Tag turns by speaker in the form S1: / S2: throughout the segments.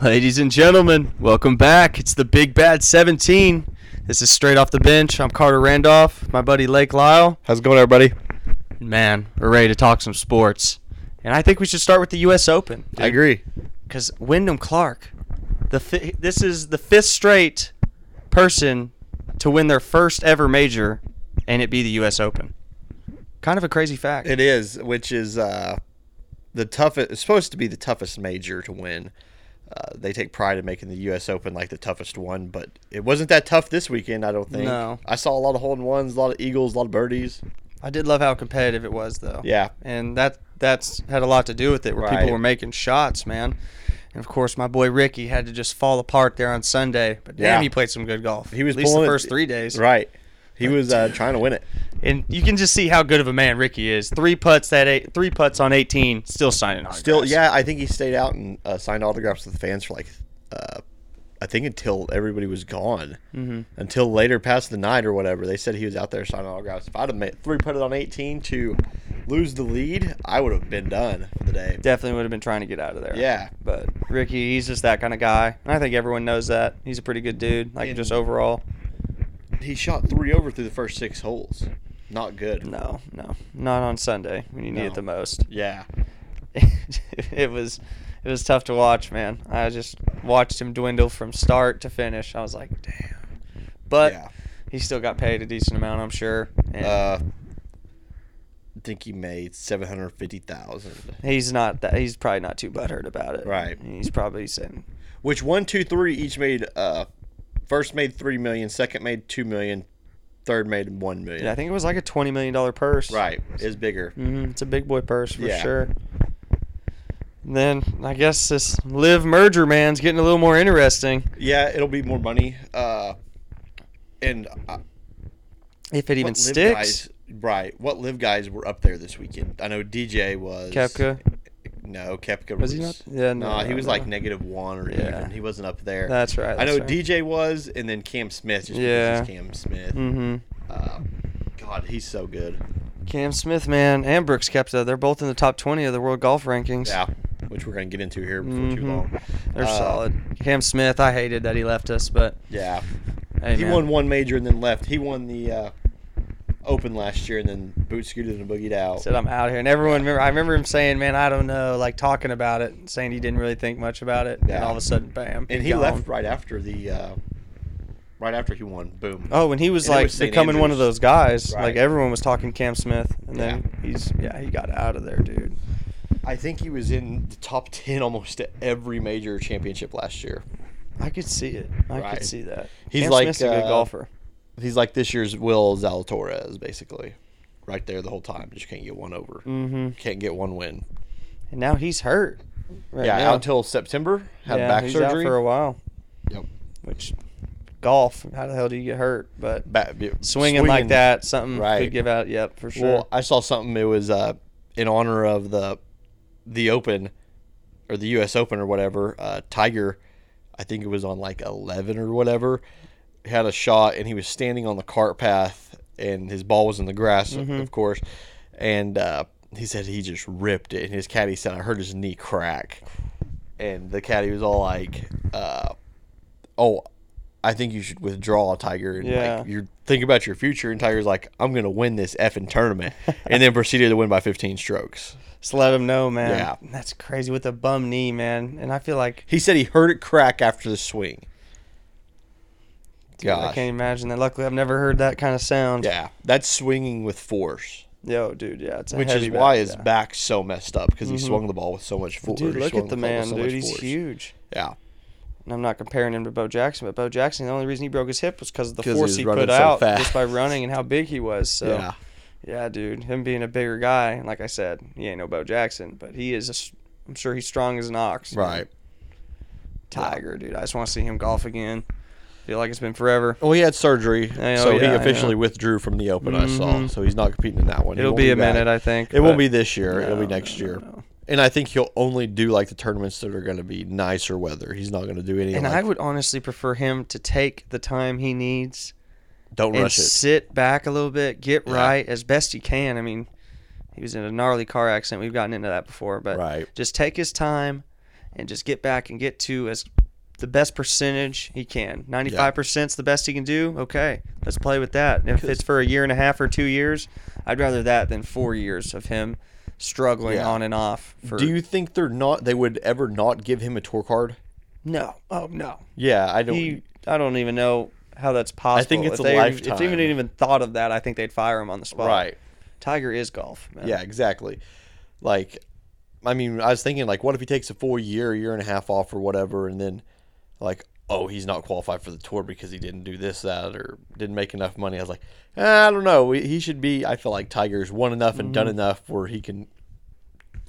S1: Ladies and gentlemen, welcome back. It's the Big Bad 17. This is straight off the bench. I'm Carter Randolph, my buddy Lake Lyle.
S2: How's it going, everybody?
S1: Man, we're ready to talk some sports. And I think we should start with the U.S. Open.
S2: I agree.
S1: Because Wyndham Clark, the fi- this is the fifth straight person to win their first ever major and it be the U.S. Open. Kind of a crazy fact.
S2: It is, which is uh, the toughest. It's supposed to be the toughest major to win. Uh, they take pride in making the U.S. Open like the toughest one, but it wasn't that tough this weekend. I don't think.
S1: No.
S2: I saw a lot of hole in ones, a lot of eagles, a lot of birdies.
S1: I did love how competitive it was, though.
S2: Yeah.
S1: and that that's had a lot to do with it, where
S2: Right.
S1: people were making shots, man. And of course, my boy Ricky had to just fall apart there on Sunday. But damn,
S2: Yeah.
S1: he played some good golf.
S2: He was
S1: at least the
S2: pulling it-
S1: first three days,
S2: Right. He was uh, trying to win it.
S1: and you can just see how good of a man Ricky is. Three putts that eight, three putts on eighteen, still signing autographs.
S2: Still, yeah, I think he stayed out and uh, signed autographs with fans for like, uh, I think until everybody was gone, mm-hmm. until later past the night or whatever. They said he was out there signing autographs. If I'd have made three putted on 18 to lose the lead, I would have been done for the day.
S1: definitely would have been trying to get out of there.
S2: Yeah.
S1: but Ricky, he's just that kind of guy, and I think everyone knows that. He's a pretty good dude, like
S2: And-
S1: just overall.
S2: He shot three over through the first six holes. Not good.
S1: No, no, not on Sunday when you need
S2: No.
S1: it the most.
S2: Yeah.
S1: it was it was tough to watch, man. I just watched him dwindle from start to finish. I was like, damn. But
S2: Yeah.
S1: he still got paid a decent amount, I'm sure. And
S2: Uh, I think he made 750000
S1: he's not that he's probably not too butthurt about it.
S2: Right.
S1: He's probably saying
S2: which one, two, three each made. Uh, first made three million, second made two million, third made one million.
S1: I think it was like a twenty million dollar purse.
S2: right is bigger.
S1: hmm It's a big boy purse for
S2: Yeah.
S1: sure. And then I guess this live merger man's getting a little more interesting
S2: Yeah, it'll be more money. Uh, and uh,
S1: if it even
S2: what Liv
S1: sticks.
S2: guys- right, what live guys were up there this weekend? I know DJ was
S1: Kepka,
S2: No, Kepka
S1: Was he not? Yeah, no,
S2: no, he
S1: no,
S2: was
S1: no.
S2: like negative one or
S1: Yeah.
S2: even. He wasn't up there.
S1: That's right,
S2: I know
S1: that's right.
S2: DJ was, and then Cam Smith. Just
S1: Yeah.
S2: because he's Cam Smith.
S1: hmm
S2: Uh, God, he's so good.
S1: Cam Smith, man, and Brooks Kepka, they're both in the top 20 of the world golf rankings.
S2: Yeah, which we're gonna get into here before too
S1: Mhm.
S2: long.
S1: They're
S2: Uh,
S1: solid. Cam Smith, I hated that he left us, but
S2: Yeah,
S1: hey,
S2: he
S1: man.
S2: won one major and then left. He won the uh, Open last year and then boot scooted and boogied out.
S1: Said I'm out here, and everyone remember. I remember him saying, "Man, I don't know," like talking about it, saying he didn't really think much about it, and
S2: Yeah.
S1: all of a sudden, bam,
S2: and he
S1: gone.
S2: left right after the uh, right after he won. Boom.
S1: Oh, and he was
S2: And it
S1: like
S2: was St.
S1: becoming one of
S2: Andrews.
S1: those guys.
S2: Right.
S1: Like everyone was talking Cam Smith, and then he's yeah, he got out of there, dude.
S2: I think he was in the top ten almost at every major championship last year.
S1: I could see it. I
S2: Right.
S1: could see that.
S2: He's
S1: Cam
S2: like,
S1: Smith's a good
S2: uh,
S1: golfer.
S2: He's like this year's Will Zalatoris, basically. Right there the whole time, just can't get one over.
S1: Mm-hmm.
S2: Can't get one win.
S1: And now he's hurt. Right
S2: yeah,
S1: now.
S2: out until September. Had
S1: yeah,
S2: back
S1: he's out
S2: surgery.
S1: for a while.
S2: Yep.
S1: which golf, how the hell do you get hurt? But
S2: Ba-
S1: swinging, like that, something could
S2: Right.
S1: give out. Yep, for sure.
S2: Well, I saw something. It was uh, in honor of the the Open or the U.S. Open or whatever. Uh, Tiger, I think it was on like eleven or whatever, had a shot and he was standing on the cart path and his ball was in the grass, of course, and uh, he said he just ripped it. And his caddy said, "I heard his knee crack," and the caddy was all like, uh, "Oh." I think you should withdraw, Tiger. And
S1: Yeah.
S2: Like, you're thinking about your future, and Tiger's like, I'm gonna win this effing tournament, and then proceeded to win by 15 strokes.
S1: Just let him know, man.
S2: Yeah.
S1: that's crazy with a bum knee, man. And I feel like
S2: He said he heard it crack after the swing.
S1: dude, I
S2: Gosh.
S1: can't imagine that. Luckily, I've never heard that kind of sound.
S2: Yeah, that's swinging with force,
S1: Yo, dude, yeah, it's a
S2: which
S1: heavy
S2: is why
S1: bat,
S2: his
S1: yeah. Mm-hmm.
S2: back's so messed up because he swung the ball with so much force.
S1: Dude,
S2: He
S1: look
S2: swung
S1: at the
S2: club with
S1: man,
S2: so
S1: dude.
S2: much
S1: He's
S2: force.
S1: huge.
S2: Yeah,
S1: And I'm not comparing him to Bo Jackson, but Bo Jackson, the only reason he broke his hip was because of the
S2: 'Cause he
S1: force
S2: was
S1: he,
S2: running
S1: put
S2: so
S1: out
S2: fast.
S1: just by running and how big he was. So.
S2: yeah.
S1: Yeah, dude. Him being a bigger guy, and like I said, he ain't no Bo Jackson, but he is. A, s- I'm sure he's strong as an ox.
S2: Right.
S1: Tiger, dude. I just want to see him golf again. Feel like it's been forever.
S2: Well, he had surgery,
S1: I know,
S2: so
S1: yeah, I
S2: he officially withdrew from the Open. I saw,
S1: Mhm.
S2: so he's not competing in that one. He
S1: It'll
S2: won't
S1: be a
S2: back.
S1: minute, I think.
S2: It won't
S1: but-
S2: be this year. It'll be
S1: No,
S2: next
S1: no,
S2: year.
S1: no.
S2: And I think he'll only do like the tournaments that are going to be nicer weather. He's not going to do any.
S1: And
S2: like,
S1: I would honestly prefer him to take the time he needs
S2: don't
S1: and
S2: rush it.
S1: sit back a little bit, get
S2: Yeah.
S1: right as best you can. I mean, he was in a gnarly car accident. We've gotten into that before, but
S2: Right.
S1: just take his time and just get back and get to as the best percentage he can. 95% is the best he can do. Okay, let's play with that. And if it's for a year and a half or two years, I'd rather that than four years of him struggling
S2: Yeah.
S1: on and off. For,
S2: Do you think they're not? They would ever not give him a tour card?
S1: No. Oh, no.
S2: Yeah, I don't.
S1: He, I don't even know how that's possible.
S2: think it's
S1: if
S2: a
S1: they, If
S2: lifetime.
S1: they even even thought of that, I think they'd fire him on the spot.
S2: right.
S1: Tiger is golf. Man.
S2: Yeah, exactly. Like, I mean, I was thinking like, what if he takes a full year, year and a half off or whatever, and then like, oh, he's not qualified for the tour because he didn't do this, that, or didn't make enough money. I was like, "Ah, I don't know. He he should be. I feel like Tiger's won enough and
S1: Mm-hmm.
S2: done enough where he can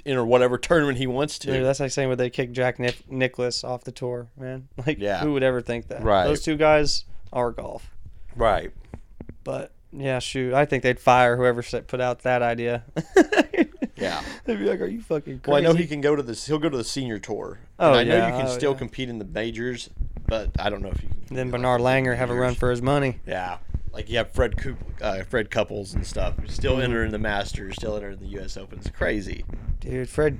S2: enter whatever tournament he wants to.
S1: Dude, that's like saying would they kick Jack Nic- Nicholas off the tour, man? Like,
S2: Yeah.
S1: who would ever think that?
S2: Right.
S1: Those two guys are golf,
S2: right.
S1: but yeah, shoot, I think they'd fire whoever set- put out that idea.
S2: Yeah.
S1: They'd be like, "Are you fucking crazy?"
S2: Well, I know he can go to this. He'll go to the senior tour.
S1: Oh,
S2: and I know
S1: yeah.
S2: you can
S1: Oh,
S2: still
S1: yeah.
S2: compete in the majors, but I don't know if you can.
S1: Then
S2: compete, like,
S1: Bernard Langer
S2: in
S1: have a
S2: years.
S1: run for his money.
S2: Yeah, like you have Fred Coop, uh, Fred Couples and stuff. Still
S1: Mm-hmm.
S2: entering the Masters, still entering the U.S. Open. It's crazy.
S1: Dude, Fred,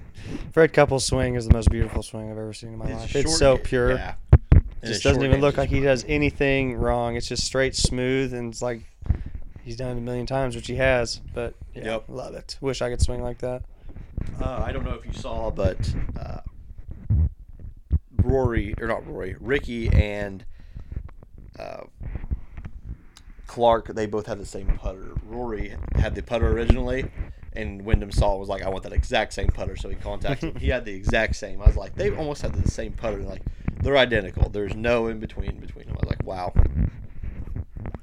S1: Fred Couples swing is the most beautiful swing I've ever seen in my
S2: a
S1: life. Uh, It's
S2: short
S1: so
S2: game.
S1: pure.
S2: Yeah.
S1: It
S2: And
S1: just
S2: a
S1: doesn't
S2: short
S1: even
S2: game
S1: look
S2: is
S1: like he
S2: perfect.
S1: does anything wrong. It's just straight smooth, and it's like he's done it a million times, which he has. But yeah,
S2: Yep.
S1: love it. Wish I could swing like that.
S2: Uh, I don't know if you saw, but uh, Rory or not Rory, Ricky and uh, Clark, they both had the same putter. Rory had the putter originally, and Wyndham saw it was like, I want that exact same putter, so he contacted. he had the exact same. I was like, they almost had the same putter. and, Like they're identical. There's no in between between them. I was like, wow.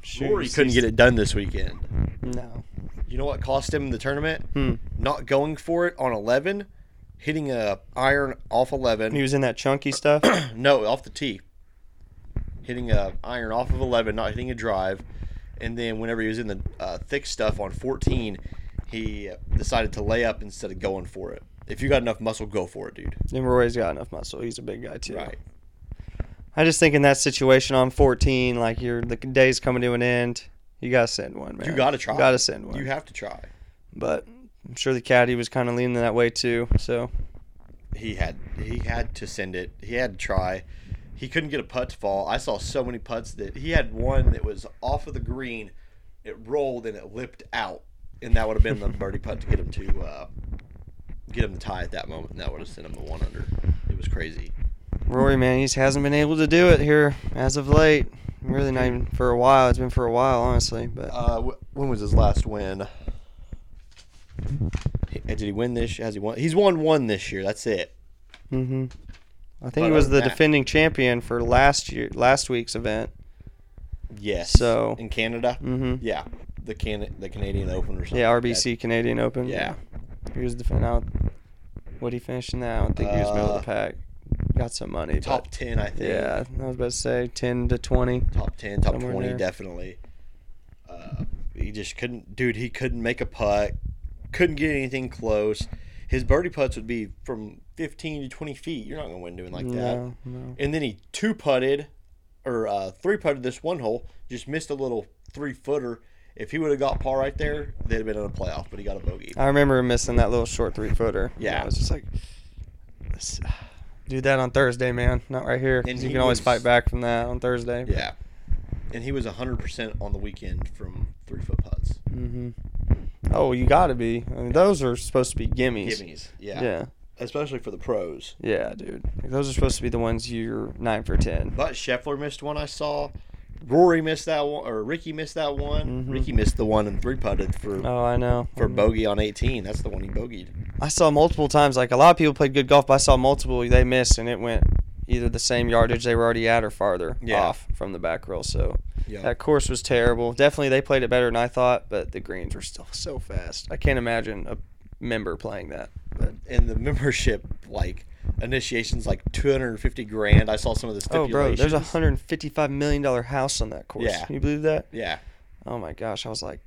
S1: Shoot,
S2: Rory
S1: you
S2: couldn't
S1: see-
S2: get it done this weekend.
S1: No.
S2: You know what cost him the tournament?
S1: Hmm.
S2: Not going for it on 11, hitting a iron off 11.
S1: He was in that chunky stuff.
S2: No, off the tee. Hitting a iron off of 11, not hitting a drive. And then whenever he was in the uh, thick stuff on 14, he decided to lay up instead of going for it. If you got enough muscle, go for it, dude.
S1: and Rory's got enough muscle. He's a big guy too. I just think in that situation on 14, like you're the day's coming to an end. You gotta send one, man.
S2: You got to try.
S1: You gotta send one.
S2: You have to try.
S1: but I'm sure the caddy was kind of leaning that way too. So
S2: He had he had to send it. He had to try. He couldn't get a putt to fall. I saw so many putts that he had one that was off of the green. It rolled and it lipped out, and that would have been the birdie putt to get him to uh, get him to tie at that moment, and that would have sent him to one under. It was crazy.
S1: Rory, man, he just hasn't been able to do it here as of late. Really not even for a while. It's been for a while, honestly. But
S2: Uh, wh- when was his last win? He- Did he win this? Has he won? He's won one this year. That's it.
S1: hmm I
S2: But
S1: think he was
S2: other
S1: the
S2: than that-
S1: defending champion for last year, last week's event.
S2: Yes.
S1: So-
S2: in Canada,
S1: hmm
S2: yeah, the can the Canadian Open or something.
S1: Yeah,
S2: like that.
S1: RBC Canadian Open.
S2: Yeah.
S1: he was defending out. What he finished in that? I don't think he was middle of
S2: Uh,
S1: the pack. Got some money.
S2: top
S1: Top.
S2: 10 i think
S1: yeah, I was about to say ten to twenty.
S2: top 10 top
S1: Somewhere
S2: 20
S1: there.
S2: definitely uh, he just couldn't dude he couldn't make a putt couldn't get anything close his birdie putts would be from 15 to 20 feet you're not gonna win doing like that
S1: No, no.
S2: and then he two putted or uh, three putted this one hole just missed a little three footer if he would have got par right there they'd have been in a playoff but he got a bogey
S1: I remember missing that little short three footer.
S2: Yeah.
S1: I was just like, "This- do that on Thursday, man. Not right here. 'cause
S2: And
S1: you
S2: he
S1: can always
S2: was-
S1: fight back from that on Thursday.
S2: yeah and he was 100% on the weekend from three foot putts
S1: hmm Oh, you got to be. I mean, those are supposed to be gimmies.
S2: gimmies
S1: Yeah.
S2: yeah.
S1: yeah,
S2: especially for the pros
S1: dude. Like, those are supposed to be the ones you're nine for ten.
S2: But Scheffler missed one I saw. Rory missed that one, or Ricky missed that one.
S1: Mhm.
S2: Ricky missed the one and three putted for
S1: Oh, I know.
S2: for
S1: I know.
S2: bogey on 18. That's the one he bogeyed.
S1: I saw multiple times. Like a lot of people played good golf, but I saw multiple they missed, and it went either the same yardage they were already at or farther
S2: Yeah.
S1: off from the back roll. So
S2: Yeah.
S1: that course was terrible. Definitely they played it better than I thought, but the greens were still so fast. I can't imagine a member playing that. But
S2: And the membership like initiations like 250 grand. I saw some of the
S1: oh,
S2: stipulations.
S1: bro, there's a hundred and fifty-five million dollar house on that course.
S2: Yeah.
S1: Can you believe that?
S2: Yeah,
S1: Oh my gosh, I was like,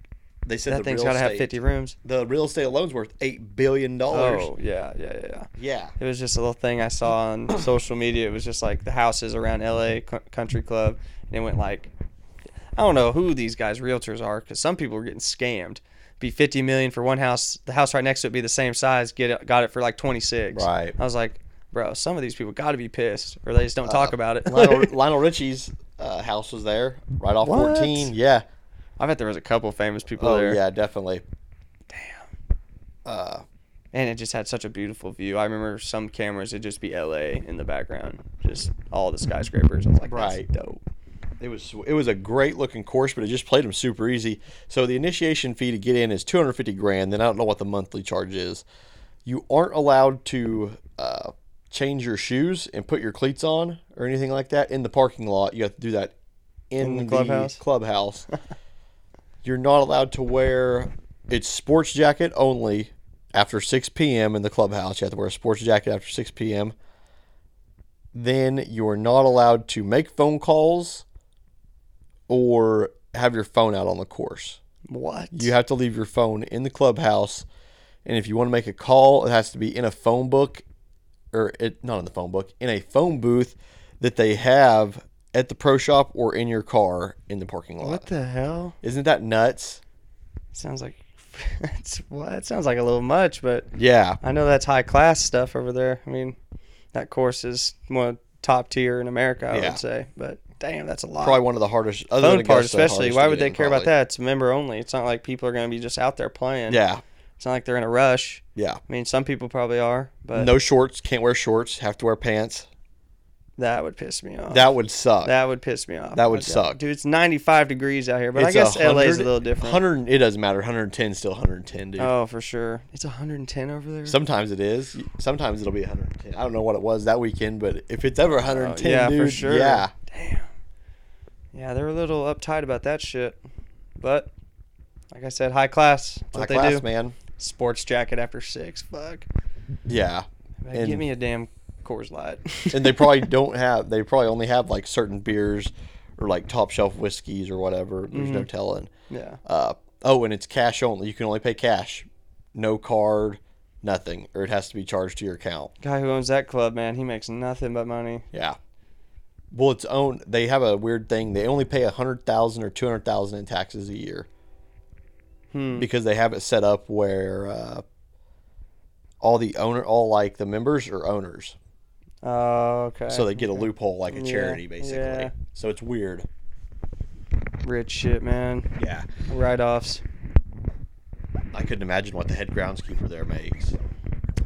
S2: they said
S1: that
S2: the
S1: thing's got
S2: real
S1: to
S2: estate,
S1: have fifty rooms.
S2: The real estate alone's worth eight billion dollars.
S1: Oh yeah, yeah, yeah, yeah.
S2: Yeah,
S1: It was just a little thing I saw on social media. It was just like the houses around LA c- Country Club, and it went like, I don't know who these guys realtors are, because some people are getting scammed. Be fifty million for one house, the house right next to it be the same size. Get it, got it for like twenty six.
S2: Right.
S1: I was like, bro, some of these people got to be pissed, or they just don't
S2: Uh,
S1: talk about it.
S2: Lionel, Lionel Richie's uh, house was there right off
S1: What?
S2: 14. Yeah.
S1: I bet there was a couple famous people
S2: Oh,
S1: there.
S2: yeah, definitely.
S1: And it just had such a beautiful view. I remember some cameras, it'd just be LA in the background, just all the skyscrapers. I was like, That's
S2: Right.
S1: dope.
S2: It was it was a great looking course, but it just played them super easy. So the initiation fee to get in is 250 grand. Then I don't know what the monthly charge is. You aren't allowed to uh, change your shoes and put your cleats on or anything like that in the parking lot. You have to do that in,
S1: the clubhouse?
S2: clubhouse. You're not allowed to wear it's sports jacket only after 6 p.m. in the clubhouse. You have to wear a sports jacket after 6 p.m. Then you're not allowed to make phone calls or have your phone out on the course.
S1: What?
S2: You have to leave your phone in the clubhouse, and if you want to make a call, it has to be in a phone book, or it not in the phone book, in a phone booth that they have at the pro shop or in your car in the parking lot.
S1: What the hell?
S2: Isn't that nuts?
S1: Sounds like it's well, that sounds like a little much, but
S2: Yeah,
S1: I know that's high class stuff over there. I mean, that course is one of the top tier in America, I
S2: Yeah.
S1: would say. But damn, that's a lot.
S2: probably one of the hardest. Other
S1: Phone
S2: than
S1: part,
S2: Augusta,
S1: especially.
S2: hardest
S1: Why
S2: to
S1: would
S2: get
S1: they
S2: in,
S1: care about
S2: probably.
S1: that? It's member only. It's not like people are going to be just out there playing.
S2: Yeah,
S1: It's not like they're in a rush.
S2: yeah.
S1: I mean, some people probably are, but
S2: No shorts. Can't wear shorts. Have to wear pants.
S1: that would piss me off.
S2: That would suck.
S1: That would piss me off.
S2: That would
S1: I'd-
S2: suck.
S1: dude. It's 95 degrees out here, but I
S2: It's
S1: guess LA is a
S2: 100
S1: little different.
S2: 100. It doesn't matter. 110 is still 110, dude.
S1: Oh, for sure. It's 110 over there.
S2: Sometimes it is. Sometimes it'll be 110. I don't know what it was that weekend, but if it's ever 110,
S1: Uh, yeah, for
S2: dude,
S1: sure.
S2: yeah,
S1: Damn. Yeah, they're a little uptight about that shit, but like I said, high class. That's
S2: high
S1: what
S2: class,
S1: they do.
S2: man.
S1: Sports jacket after six. Fuck.
S2: Yeah,
S1: Man,
S2: And-
S1: Give me a damn Coors Light.
S2: and they probably don't have. They probably only have like certain beers or like top shelf whiskeys or whatever. There's
S1: Mm-hmm.
S2: no telling.
S1: yeah.
S2: Uh, oh, and it's cash only. You can only pay cash, no card, nothing, or it has to be charged to your account.
S1: Guy who owns that club, man, he makes nothing but money.
S2: Yeah. Well, it's own. They have a weird thing. They only pay a hundred thousand or two hundred thousand in taxes a year Mm-hmm.
S1: Hmm,
S2: because they have it set up where uh, all the owner, all like the members are owners,
S1: Oh, okay.
S2: so they get a loophole like a charity basically.
S1: yeah.
S2: So it's weird.
S1: rich shit, man.
S2: Yeah,
S1: Write-offs.
S2: I couldn't imagine what the head groundskeeper there makes.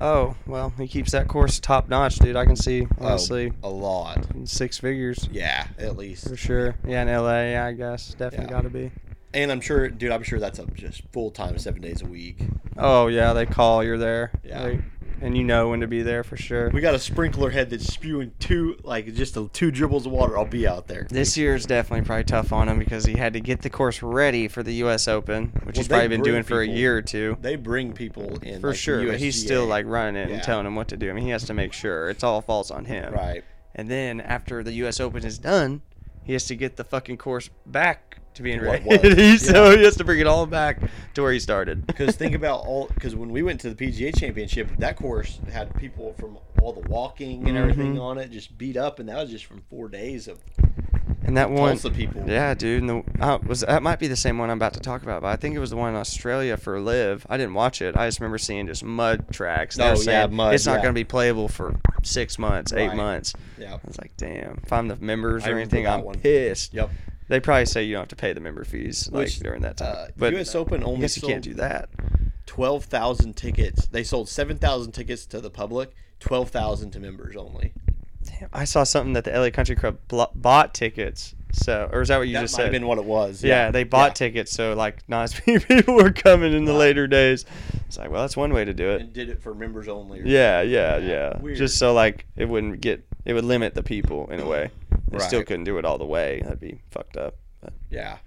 S1: Oh, well, he keeps that course top notch, dude. I can see honestly
S2: Oh, a lot.
S1: in six figures
S2: Yeah, at least.
S1: for sure. Yeah, in LA, yeah, I guess definitely
S2: Yeah.
S1: got to be.
S2: And I'm sure, dude. I'm sure that's a just full time, seven days a week.
S1: Oh yeah, they call. You're there.
S2: Yeah.
S1: They- and you know when to be there for sure.
S2: We got a sprinkler head that's spewing two, like just a, two dribbles of water. I'll be out there.
S1: This year is definitely probably tough on him because he had to get the course ready for the U.S. Open, which he's
S2: they
S1: probably been
S2: groom
S1: doing for a
S2: people
S1: year or two.
S2: They bring people in
S1: For
S2: like, the
S1: sure, but he's
S2: USGA.
S1: still like running it
S2: Yeah.
S1: and telling him what to do. I mean, he has to make sure it's all falls on him.
S2: right.
S1: And then after the U.S. Open is done, he has to get the fucking course back to being
S2: To what
S1: ready.
S2: was.
S1: so he has to bring it all back to where he started.
S2: Because think about all. Because when we went to the PGA Championship, that course had people from all the walking
S1: Mm-hmm.
S2: and everything on it just beat up, and that was just from four days of
S1: And that one,
S2: Tulsa people.
S1: yeah, dude. And the, uh, was that might be the same one I'm about to talk about, but I think it was the one in Australia for Live. I didn't watch it. I just remember seeing just mud tracks. They
S2: Oh,
S1: were
S2: yeah,
S1: saying,
S2: mud,
S1: It's not
S2: yeah.
S1: going to be playable for six months, eight
S2: Right.
S1: months.
S2: Yeah.
S1: I was like, damn. If I'm the members
S2: I
S1: or
S2: remember
S1: anything,
S2: that
S1: I'm
S2: one.
S1: pissed.
S2: Yep.
S1: They probably say you don't have to pay the member fees like
S2: Which,
S1: during that time.
S2: uh,
S1: but
S2: US Open
S1: I
S2: only
S1: guess you can't
S2: sold-
S1: do that.
S2: Twelve thousand tickets. They sold seven thousand tickets to the public. Twelve thousand to members only.
S1: Damn, I saw something that the LA Country Club blo- bought tickets. So, or is that what you
S2: That might
S1: just said?
S2: have been what it was.
S1: Yeah, they bought tickets, so like not as many people were coming in the later days. It's like, well, that's one way to do it.
S2: and did it for members only. or-
S1: Yeah, yeah,
S2: Yeah,
S1: yeah.
S2: weird.
S1: Just so like it wouldn't get it would limit the people in a way. They still
S2: Right.
S1: couldn't do it all the way. That'd be fucked up. But
S2: Yeah.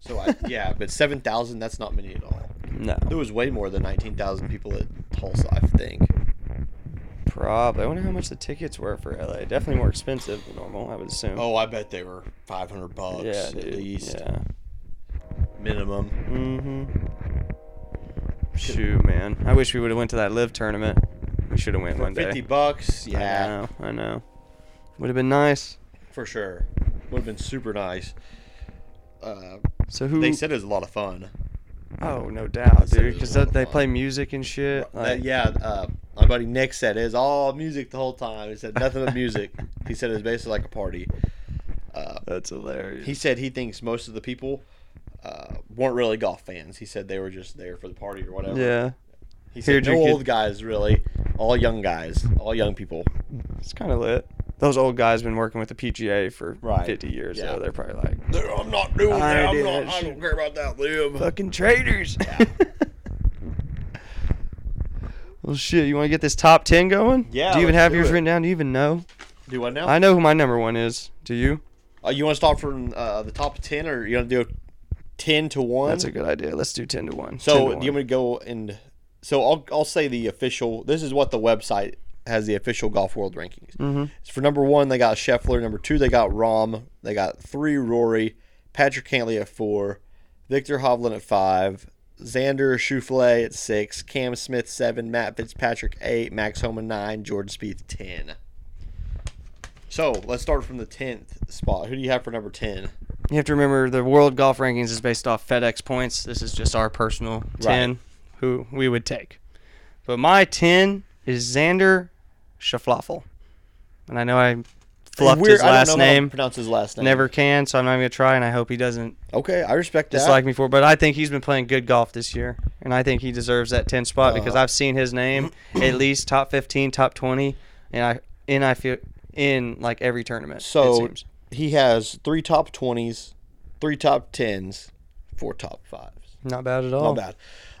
S2: So I, yeah, but seven thousand. That's not many at all.
S1: no,
S2: There was way more than 19,000 people at Tulsa, I think.
S1: probably. I wonder how much the tickets were for LA. Definitely more expensive than normal, I would assume.
S2: Oh, I bet they were 500 bucks
S1: yeah,
S2: Oh, at
S1: dude.
S2: least
S1: Yeah.
S2: minimum.
S1: Mm-hmm. Shoot, man. I wish we would have went to that live tournament. We should have went
S2: For
S1: one
S2: 50
S1: day.
S2: bucks, yeah,
S1: I know. I know. Would have been nice.
S2: for sure. Would have been super nice. Uh,
S1: So who?
S2: they said it was a lot of fun.
S1: oh, no doubt,
S2: said it
S1: dude.
S2: was
S1: Because
S2: a lot
S1: they
S2: of
S1: they
S2: fun.
S1: play music and shit.
S2: Uh,
S1: Like,
S2: yeah, uh, my buddy Nick said it was all music the whole time. He said nothing but music. he said it was basically like a party. Uh,
S1: That's hilarious.
S2: he said he thinks most of the people uh, weren't really golf fans. He said they were just there for the party or whatever.
S1: yeah, Here,
S2: He said no
S1: drink it.
S2: old guys really, all young guys, all young people.
S1: it's kind of lit. Those old guys been working with the PGA for
S2: Right.
S1: 50 years,
S2: Yeah.
S1: so they're probably like
S2: I'm not doing
S1: I
S2: that. I'm
S1: did
S2: not,
S1: that
S2: I
S1: shit.
S2: don't care about that. Live.
S1: fucking traitors. well, shit. You want to get this top 10 going?
S2: Yeah,
S1: Do you even
S2: let's
S1: have
S2: do
S1: yours
S2: it.
S1: written down? Do you even know?
S2: Do what now?
S1: I know who my number one is. Do you?
S2: Uh, you want to start from uh, the top of ten, or you want to do ten to one?
S1: That's a good idea. Let's do 10 to 1. 10
S2: So
S1: to
S2: do you want me to go and so I'll I'll say the official. This is what the website has the official golf world rankings. Mm-hmm. for number one they got Scheffler. Number two they got Rom. They got three Rory, Patrick Cantley at four, Victor Hovland at five, Xander Schauffele at six, Cam Smith seven, Matt Fitzpatrick eight, Max Homa nine, Jordan Spieth ten. So let's start from the tenth spot. Who do you have for number ten?
S1: You have to remember the world golf rankings is based off FedEx points. This is just our personal 10 who we would take. But my 10 is Xander Schauffele. And I know I fluffed
S2: Weird,
S1: his
S2: I don't
S1: last
S2: know how to
S1: name.
S2: Pronounce his last name.
S1: Never can, so I'm not even going to try, and I hope he doesn't
S2: Okay, I respect that.
S1: dislike me for it. But I think he's been playing good golf this year, and I think he deserves that 10 spot because
S2: Uh-huh.
S1: I've seen his name at least top 15, top 20, and I and I feel in like every tournament. it
S2: So
S1: seems.
S2: he has three top twenties, three top tens, four top fives.
S1: not bad at
S2: Not
S1: all.
S2: bad.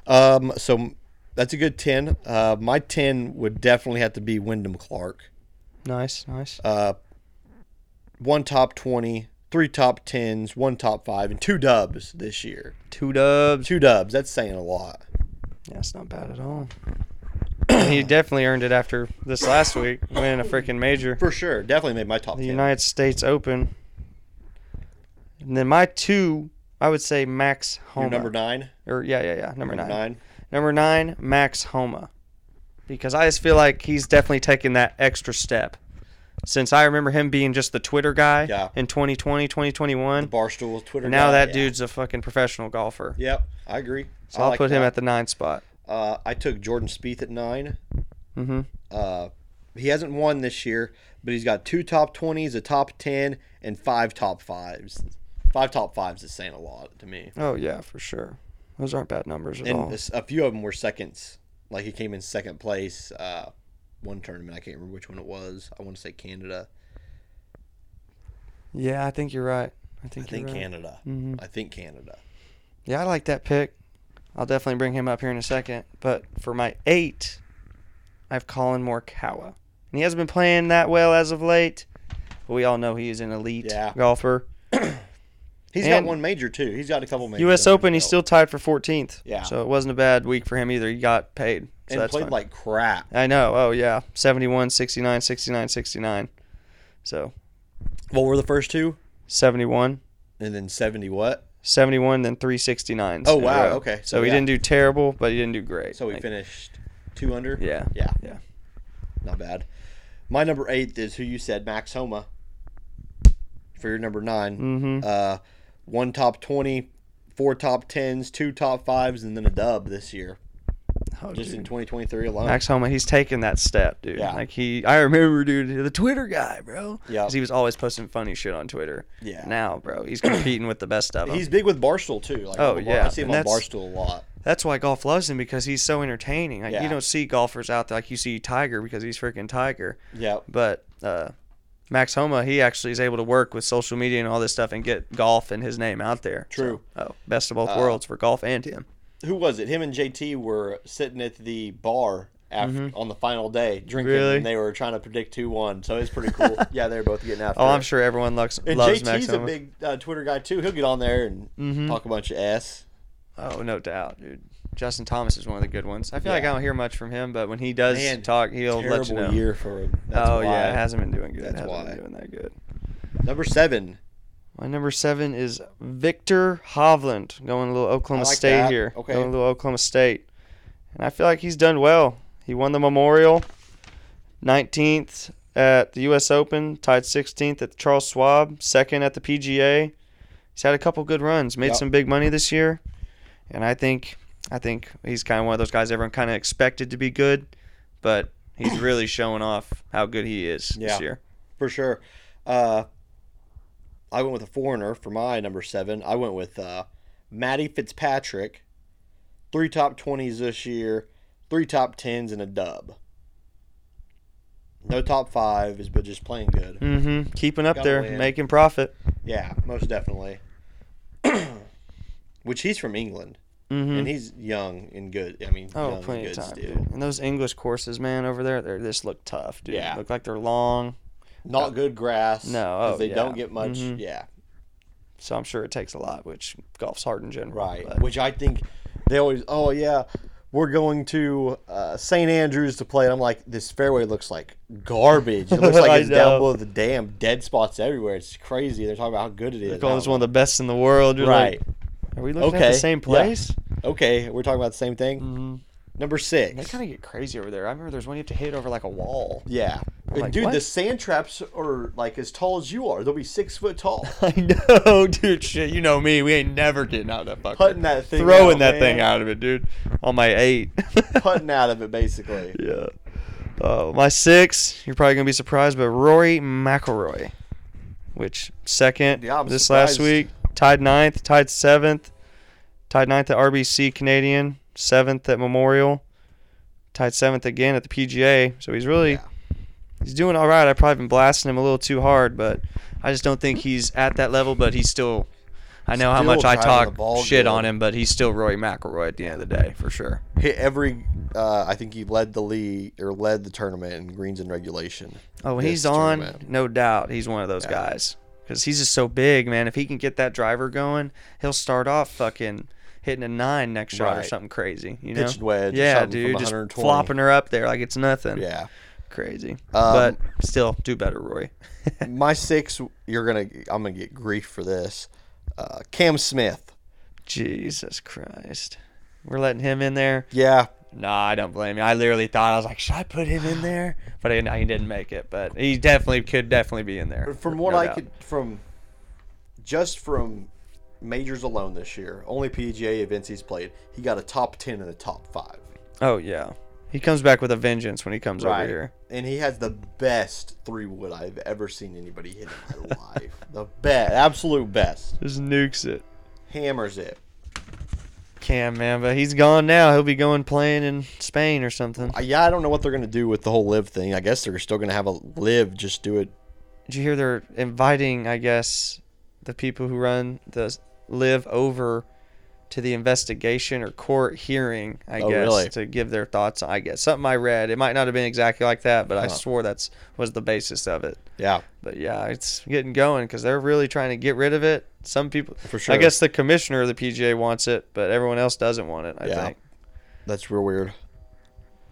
S2: Um, so that's a good ten. Uh, my ten would definitely have to be Wyndham Clark.
S1: Nice, nice.
S2: Uh, one top twenty, three top tens, one top five, and two dubs this year.
S1: Two dubs.
S2: Two dubs. That's saying a lot.
S1: Yeah, it's not bad at all. he definitely earned it after this last week, winning a freaking major,
S2: For sure. Definitely made my top
S1: the
S2: ten.
S1: United States Open. And then my two, I would say Max
S2: Your
S1: Homa.
S2: number nine.
S1: Or yeah, yeah, yeah, number nine.
S2: Number nine.
S1: Number nine, Max Homa, because I just feel like he's definitely taken that extra step. Since I remember him being just the Twitter guy
S2: Yeah.
S1: in 2020, 2021,
S2: Barstool Twitter.
S1: and now
S2: guy,
S1: that
S2: yeah.
S1: dude's a fucking professional golfer.
S2: Yep, I agree.
S1: So I'll
S2: like
S1: put him
S2: that.
S1: at the nine spot.
S2: Uh, I took Jordan Spieth at nine.
S1: Mm-hmm.
S2: Uh, he hasn't won this year, but he's got two top twenties, a top ten, and five top fives. Five top fives is saying a lot to me.
S1: Oh yeah, for sure. Those aren't bad numbers at all.
S2: And this- a few of them were seconds. Like he came in second place uh, one tournament. I can't remember which one it was. I want to say Canada.
S1: yeah, I think you're right. I think,
S2: I think
S1: you're right.
S2: Canada.
S1: Mhm.
S2: I think Canada.
S1: Yeah, I like that pick. I'll definitely bring him up here in a second. But for my eight, I have Colin Morikawa, and he hasn't been playing that well as of late. But we all know he is an elite
S2: Yeah.
S1: golfer.
S2: He's
S1: And-
S2: got one major too. He's got a couple majors.
S1: U.S.
S2: under
S1: Open,
S2: his
S1: he's
S2: belt.
S1: still tied for 14th.
S2: Yeah.
S1: So it wasn't a bad week for him either. He got paid. So
S2: and
S1: that's
S2: played
S1: fine.
S2: like crap.
S1: I know. Oh yeah, 71, 69, 69, 69. So
S2: What were the first two?
S1: 71.
S2: And then seventy what?
S1: 71, then 369.
S2: Oh, wow, okay.
S1: So,
S2: So,
S1: he
S2: yeah.
S1: didn't do terrible, but he didn't do great.
S2: So we
S1: Like,
S2: finished two under.
S1: Yeah.
S2: Yeah.
S1: Yeah.
S2: Not bad. My number eight is who you said, Max Homa. For your number 9
S1: Mhm.
S2: Uh, one top 20, four top 10s, two top 5s, and then a dub this year,
S1: Oh,
S2: Uh, just in
S1: dude.
S2: 2023 alone.
S1: Oh. Max Homa, he's taken that step, dude.
S2: Yeah.
S1: Like he, I remember, dude, the Twitter guy, bro.
S2: Yeah.
S1: 'Cause he was always posting funny shit on Twitter.
S2: Yeah.
S1: Now, bro, he's competing with the best of them.
S2: He's big with Barstool, too. Like,
S1: Oh,
S2: on the
S1: yeah,
S2: I see him
S1: and
S2: on
S1: that's-
S2: Barstool a lot.
S1: That's why golf loves him because he's so entertaining. Like
S2: Yeah.
S1: you don't see golfers out there like you see Tiger because he's freaking Tiger.
S2: Yeah.
S1: But uh, Max Homa, he actually is able to work with social media and all this stuff and get golf and his name out there.
S2: True. Uh,
S1: So, oh, best of both worlds for golf and him.
S2: Who was it? Him and JT were sitting at the bar after, on the final day drinking,
S1: Mm-hmm. Really?
S2: and they were trying to predict 2 1. So it's pretty cool. yeah, they were both getting after
S1: Oh,
S2: it.
S1: I'm sure everyone loves,
S2: And
S1: loves
S2: JT's
S1: Max Mm-hmm.
S2: a
S1: Homa.
S2: big uh, Twitter guy too. He'll get on there and talk a bunch of s.
S1: Oh, no doubt, dude. Justin Thomas is one of the good ones. I feel like
S2: Yeah.
S1: I don't hear much from him, but when he does
S2: Man,
S1: talk, he'll let you
S2: Terrible
S1: know.
S2: year for him. That's
S1: oh
S2: why.
S1: yeah, it hasn't been doing good.
S2: That's
S1: hasn't
S2: why.
S1: been doing that good.
S2: Number seven.
S1: My number seven is Victor Hovland, going a little Oklahoma
S2: I like
S1: State
S2: that.
S1: here.
S2: Okay.
S1: Going a little Oklahoma State. And I feel like he's done well. He won the Memorial, 19th at the U.S. Open, tied 16th at the Charles Schwab, second at the PGA. He's had a couple good runs, made
S2: Yep.
S1: some big money this year. And I think I think he's kind of one of those guys everyone kind of expected to be good, but he's really showing off how good he is
S2: Yeah.
S1: this year.
S2: for sure. Uh, I went with a foreigner for my number seven. I went with uh, Matty Fitzpatrick, three top twenties this year, three top tens, and a dub. No top fives, but just playing good.
S1: Mm-hmm. Keeping up
S2: Gotta
S1: there,
S2: win.
S1: making profit.
S2: Yeah, most definitely. Which he's from England,
S1: Mm-hmm.
S2: and he's young and good. I mean, young
S1: Oh,
S2: and
S1: plenty of
S2: good
S1: time,
S2: still.
S1: dude. And those English courses, man, over there, they just look tough, dude.
S2: Yeah.
S1: Look like they're long.
S2: Not good grass.
S1: Oh. No,
S2: 'cause
S1: oh,
S2: they
S1: yeah.
S2: don't get much.
S1: Mhm.
S2: Yeah,
S1: So I'm sure it takes a lot, which golf's hard in general.
S2: Right.
S1: but-
S2: Which I think they always, oh, yeah, we're going to uh, St. Andrews to play. And I'm like, this fairway looks like garbage. It looks
S1: I
S2: like it's
S1: know.
S2: down below the dam, dead spots everywhere. It's crazy. They're talking about how good it is.
S1: They call this one of the best in the world. You're
S2: Right.
S1: like, Are we looking at
S2: Okay,
S1: the same
S2: yeah.
S1: place?
S2: Okay. We're talking about the same thing.
S1: Mm-hmm.
S2: Number
S1: They
S2: six.
S1: kind of get crazy over there. I remember there's one you have to hit over like a wall.
S2: yeah.
S1: like,
S2: Dude,
S1: what?
S2: the sand traps are like as tall as you are. They'll be six foot tall.
S1: I know, dude. Shit, you know me. We ain't never getting out of that fucker.
S2: Putting that thing
S1: Throwing
S2: out,
S1: that
S2: man.
S1: thing out of it, dude. On my eight.
S2: Putting out of it, basically.
S1: yeah. Oh, my six. You're probably gonna be surprised, but Rory McIlroy, which second
S2: Yeah, I'm
S1: this last
S2: surprised.
S1: week, tied ninth, tied seventh, tied ninth at RBC Canadian, seventh at Memorial, tied seventh again at the PGA. So he's really
S2: Yeah.
S1: he's doing all right. I've probably been blasting him a little too hard, but I just don't think he's at that level. But he's still. I know how
S2: Still
S1: much I
S2: driving the
S1: talk
S2: ball
S1: shit
S2: good.
S1: on him, but he's still Rory McIlroy at the end of the day, for sure.
S2: Hit every, uh, I think he led the league or led the tournament in greens and regulation.
S1: Oh, when
S2: this
S1: he's on,
S2: tournament.
S1: no doubt, he's one of those guys. 'Cause guys because he's just so big, man. If he can get that driver going, he'll start off fucking hitting a nine next shot or
S2: Right.
S1: something crazy. You know,
S2: Pitch wedge or
S1: yeah,
S2: something from
S1: dude, just
S2: 120.
S1: flopping her up there like it's nothing.
S2: Yeah. Um,
S1: crazy. but still, do better, Roy.
S2: my six you're gonna i'm gonna get grief for this uh, cam smith
S1: Jesus Christ, we're letting him in there.
S2: yeah
S1: Nah, I don't blame you. I literally thought I was like, should I put him in there? But I, I didn't make it. But he definitely could definitely be in there.
S2: from what
S1: no
S2: i
S1: doubt.
S2: could from just from majors alone this year only pga events he's played he got a top 10 in the top five
S1: Oh yeah, he comes back with a vengeance when he comes over here.
S2: and he has the best three wood i've ever seen anybody hit in my life the best absolute best
S1: Just nukes it.
S2: hammers it
S1: Cam, man, but he's gone now. He'll be going playing in Spain or something.
S2: I, yeah i don't know what they're gonna do with the whole live thing i guess they're still gonna have a live just do it
S1: Did you hear they're inviting, I guess, the people who run the live over to the investigation or court hearing, I
S2: Oh,
S1: guess,
S2: really?
S1: to give their thoughts, I guess. Something I read. It might not have been exactly like that, but I
S2: Uh-huh.
S1: swore that's was the basis of it.
S2: yeah
S1: But yeah, it's getting going because they're really trying to get rid of it. Some people,
S2: For sure.
S1: I guess, the commissioner of the PGA wants it, but everyone else doesn't want it. I
S2: Yeah.
S1: think.
S2: that's real weird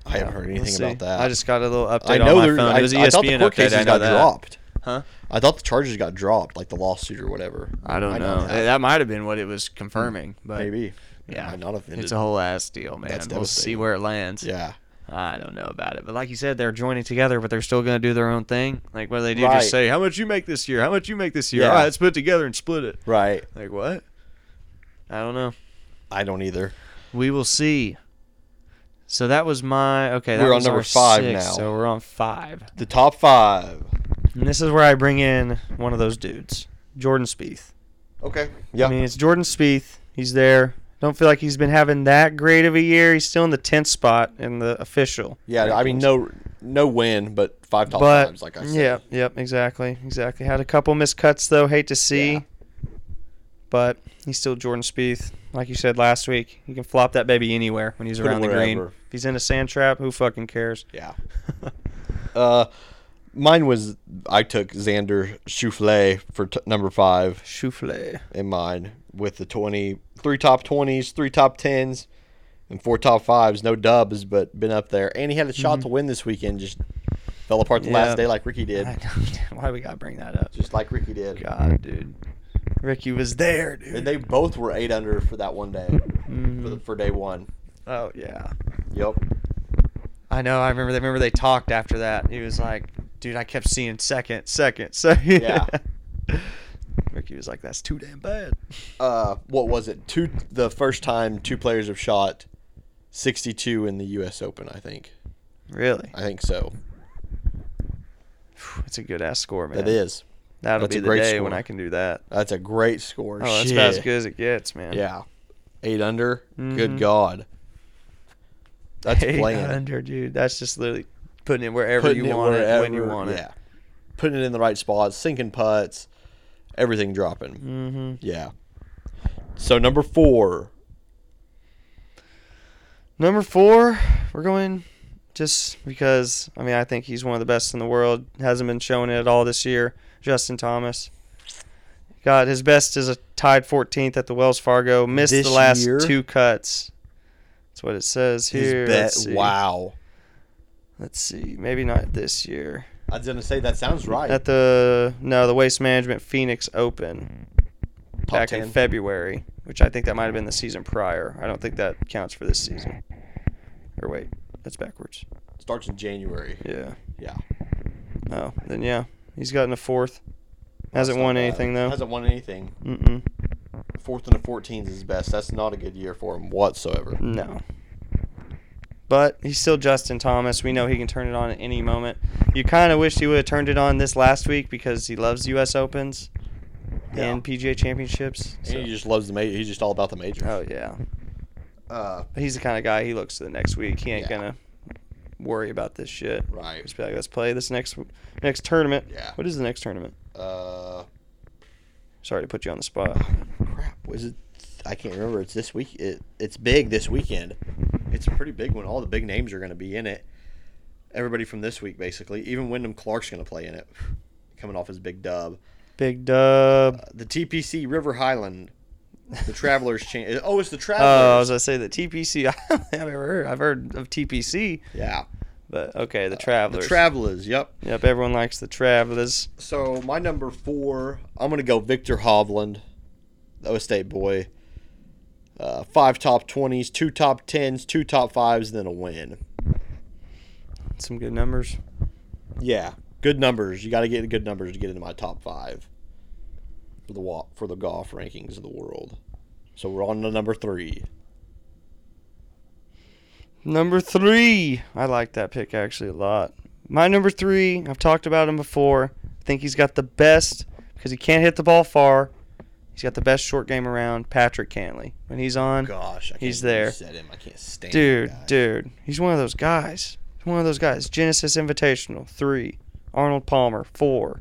S2: i haven't heard
S1: We'll
S2: anything
S1: see.
S2: about that
S1: I just got a little update
S2: I know
S1: on my
S2: there-
S1: phone.
S2: I,
S1: it was E ESPN
S2: I thought the court
S1: update.
S2: cases
S1: I know
S2: got
S1: that.
S2: dropped.
S1: Huh?
S2: I thought the charges got dropped, like the lawsuit or whatever.
S1: I don't
S2: Might
S1: know.
S2: not have.
S1: That, that might have been what it was confirming, but
S2: Hmm. Maybe.
S1: yeah,
S2: I'm not offended.
S1: it's a whole ass deal, man.
S2: That's
S1: we'll see
S2: devastating.
S1: where it lands.
S2: yeah.
S1: I don't know about it, but like you said, they're joining together, but they're still going to do their own thing. Like what do they do,
S2: Right.
S1: just say how much you make this year, how much you make this year.
S2: Yeah.
S1: All right, let's put it together and split it.
S2: Right.
S1: Like what? I don't know.
S2: I don't either.
S1: We will see. So that was my okay. That
S2: We're on
S1: was
S2: number
S1: our
S2: five
S1: six,
S2: now.
S1: So we're on five.
S2: The top five.
S1: And this is where I bring in one of those dudes, Jordan Spieth.
S2: Okay. Yeah.
S1: I mean, it's Jordan Spieth. He's there. Don't feel like he's been having that great of a year. He's still in the tenth spot in the official.
S2: yeah. I mean,
S1: rankings.
S2: no, no win, but five top
S1: but
S2: fives, like I said.
S1: yeah, yep, exactly, exactly. Had a couple miscuts though. Hate to see,
S2: Yeah.
S1: but he's still Jordan Spieth. Like you said last week, he can flop that baby anywhere when he's
S2: Put it
S1: around the green.
S2: wherever.
S1: If he's in a sand trap, who fucking cares?
S2: Yeah. uh, mine was I took Xander Souffle for t- number five
S1: Souffle.
S2: in mine with the twenty three top twenties, three top tens, and four top fives. No dubs, but been up there. And he had a shot to win this weekend. Just fell apart the
S1: Yeah.
S2: last day, like Ricky did.
S1: I don't- Why we gotta bring that up?
S2: just like Ricky did.
S1: God, dude. Ricky was there, dude. Mm.
S2: And they both were eight under for that one day, for, the, for day one.
S1: Oh yeah.
S2: Yep.
S1: I know. I remember. They remember they talked after that. He was like, "Dude, I kept seeing second, second, second.
S2: Yeah.
S1: Ricky was like, "That's too damn bad."
S2: Uh, what was it? Two. The first time two players have shot sixty-two in the U.S. Open, I think.
S1: Really?
S2: I think so.
S1: It's a good ass score, man.
S2: That is.
S1: That'll
S2: that's
S1: be
S2: a
S1: the
S2: great
S1: day
S2: score.
S1: when I can do that.
S2: That's a great score.
S1: Oh, that's
S2: Shit.
S1: about as good as it gets, man.
S2: Yeah. Eight under.
S1: Mhm.
S2: Good God. That's
S1: Eight
S2: playing.
S1: under, dude. That's just literally putting it wherever
S2: Putting
S1: you
S2: it
S1: want
S2: wherever,
S1: it, when you want
S2: Yeah. Putting it in the right spots, sinking putts, everything dropping.
S1: it. Mm-hmm.
S2: Yeah. So number four.
S1: Number four, we're going just because I mean I think he's one of the best in the world. Hasn't been showing it at all this year. Justin Thomas got his best is a tied 14th at the Wells Fargo. Missed
S2: This
S1: the last
S2: year?
S1: two cuts. That's what it says
S2: His
S1: here.
S2: bet.
S1: Let's see.
S2: Wow.
S1: Let's see. Maybe not this year.
S2: I was gonna say that sounds right.
S1: At the no, the Waste Management Phoenix Open
S2: Top
S1: back
S2: 10.
S1: in February, which I think that might have been the season prior. I don't think that counts for this season. Or wait, that's backwards.
S2: Starts in January.
S1: Yeah.
S2: Yeah.
S1: Oh, then yeah, he's gotten a fourth. Hasn't
S2: That's not
S1: won
S2: bad.
S1: anything though.
S2: Hasn't won anything.
S1: Mm-mm.
S2: Fourth and a fourteenth is his best. That's not a good year for him whatsoever.
S1: No. But he's still Justin Thomas. We know he can turn it on at any moment. You kind of wish he would have turned it on this last week because he loves U.S. Opens
S2: Yeah.
S1: and PGA Championships.
S2: And
S1: so-
S2: he just loves the major. He's just all about the majors.
S1: Oh yeah, Oh.
S2: Uh,
S1: But he's the kind of guy he looks to the next week. He ain't
S2: Yeah.
S1: gonna worry about this shit.
S2: right.
S1: Just be like, let's play this next next tournament.
S2: Yeah.
S1: What is the next tournament?
S2: Uh,
S1: Sorry to put you on the spot.
S2: crap. Was it? I can't remember. It's this week. It, it's big this weekend. It's a pretty big one. All the big names are going to be in it. Everybody from this week, basically. Even Wyndham Clark's going to play in it, coming off his big dub.
S1: Big dub.
S2: Uh, the TPC River Highland, the Travelers Chain. Oh, it's the
S1: Oh, I was
S2: Travelers.
S1: gonna say the TPC. I haven't heard. I've heard of TPC,
S2: yeah.
S1: but okay, Uh, the Travelers.
S2: The Travelers. Yep.
S1: yep, everyone likes the Travelers.
S2: So my number four, I'm gonna go Victor Hovland, the O State boy. Uh, five top twenties, two top tens, two top fives, then a win.
S1: Some good numbers.
S2: Yeah, good numbers. You got to get good numbers to get into my top five for the wa- for the golf rankings of the world. So we're on to number three.
S1: Number three. I like that pick actually a lot. My number three. I've talked about him before. I think he's got the best because he can't hit the ball far. He's got the best short game around. Patrick Cantley when he's on.
S2: Gosh, I can't
S1: He's
S2: believe you
S1: there.
S2: Said him. I can't stand. that
S1: Dude,
S2: guy.
S1: dude, he's one of those guys. He's one of those guys. Genesis Invitational, three. Arnold Palmer, four.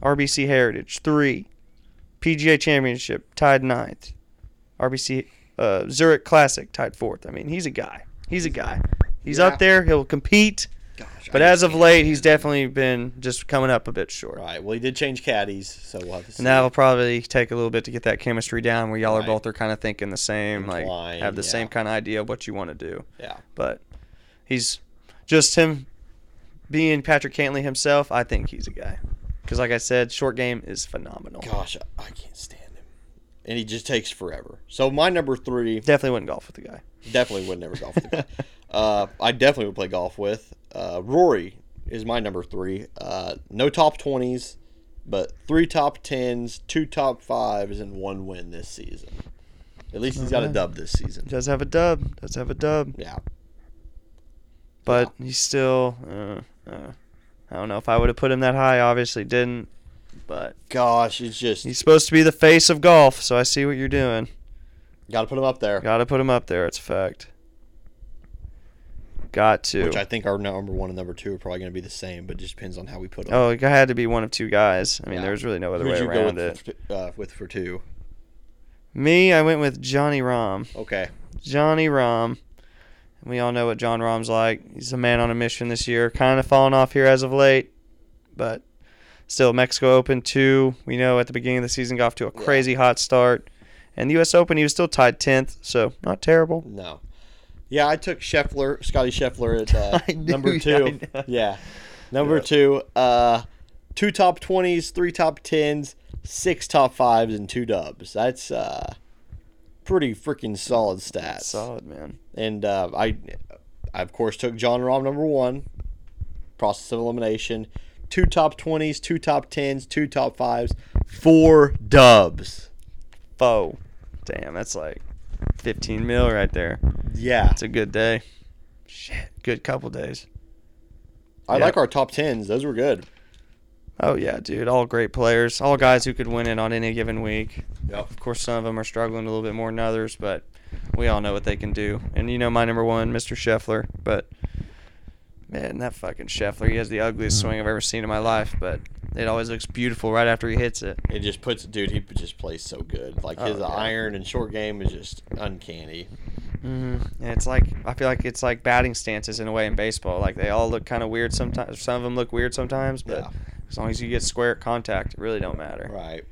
S1: RBC Heritage, three. PGA Championship, tied ninth. RBC uh, Zurich Classic, tied fourth. I mean, he's a guy. He's a guy. He's
S2: Yeah.
S1: up there. He'll compete.
S2: Gosh, I
S1: But
S2: can't
S1: as of
S2: stand
S1: late,
S2: him.
S1: he's definitely been just coming up a bit short.
S2: All right. Well, he did change caddies, so we'll have to see.
S1: And that'll probably take a little bit to get that chemistry down where y'all
S2: Right.
S1: are both are kind of thinking the same, like
S2: Inclined,
S1: have the
S2: yeah.
S1: same kind of idea of what you want to do
S2: yeah.
S1: but he's just him being Patrick Cantley himself. I think he's a guy because, like I said, short game is phenomenal.
S2: Gosh, I- I can't stand him. And he just takes forever. So my number three
S1: Definitely wouldn't golf with the guy.
S2: definitely would never golf with. the guy. Uh, I definitely would play golf with. Uh, Rory is my number three. Uh, no top twenties, but three top tens, two top fives, and one win this season. At least he's got a
S1: bad.
S2: dub this season.
S1: Does have a dub. Does have a dub.
S2: Yeah,
S1: But he's still. Uh, uh, I don't know if I would have put him that high. Obviously didn't. But
S2: gosh, it's just
S1: he's supposed to be the face of golf, so I see what you're doing.
S2: got to put him up there,
S1: Got to put him up there. It's a fact. Got to.
S2: which I think our number one and number two are probably going to be the same, but it just depends on how we put them.
S1: oh, it had to be one of two guys. I mean,
S2: Yeah.
S1: there was really no other
S2: Who'd
S1: way
S2: you
S1: around
S2: go
S1: it.
S2: with, for- uh, with for two?
S1: Me, I went with Johnny Rahm.
S2: Okay,
S1: Johnny Rahm. We all know what John Rahm's like. He's a man on a mission this year. Kind of fallen off here as of late, but still Mexico Open two. We know at the beginning of the season got off to a
S2: Yeah.
S1: crazy hot start, and the U.S. Open he was still tied tenth, so not terrible.
S2: No. Yeah, I took Scheffler, Scotty Scheffler at uh,
S1: I knew-
S2: number
S1: I
S2: two.
S1: know.
S2: Yeah, number
S1: Yeah.
S2: two. Uh, two top twenties, three top tens, six top fives, and two dubs. That's uh, pretty freaking solid stats.
S1: Solid man.
S2: And uh, I, I of course took John Rahm number one. Process of elimination. Two top twenties, two top tens, two top fives, four dubs.
S1: Foe. Damn, that's like 15 mil right there.
S2: Yeah,
S1: It's a good day. Shit, good couple days.
S2: I
S1: Yeah.
S2: like our top tens; those were good.
S1: Oh yeah, dude. All great players. All guys who could win it on any given week.
S2: Yep.
S1: Of course, some of them are struggling a little bit more than others, but we all know what they can do. And you know my number one, Mr. Scheffler. But man, that fucking Scheffler, he has the ugliest swing I've ever seen in my life. But it always looks beautiful right after he hits it.
S2: It just puts, dude. He just plays so good. Like
S1: Oh,
S2: his
S1: yeah.
S2: iron and short game is just uncanny.
S1: hmm
S2: Mm-hmm.
S1: And it's like I feel like it's like batting stances in a way in baseball. Like they all look kind of weird sometimes. Some of them look weird sometimes, but
S2: Yeah.
S1: as long as you get square at contact, it really don't matter.
S2: Right.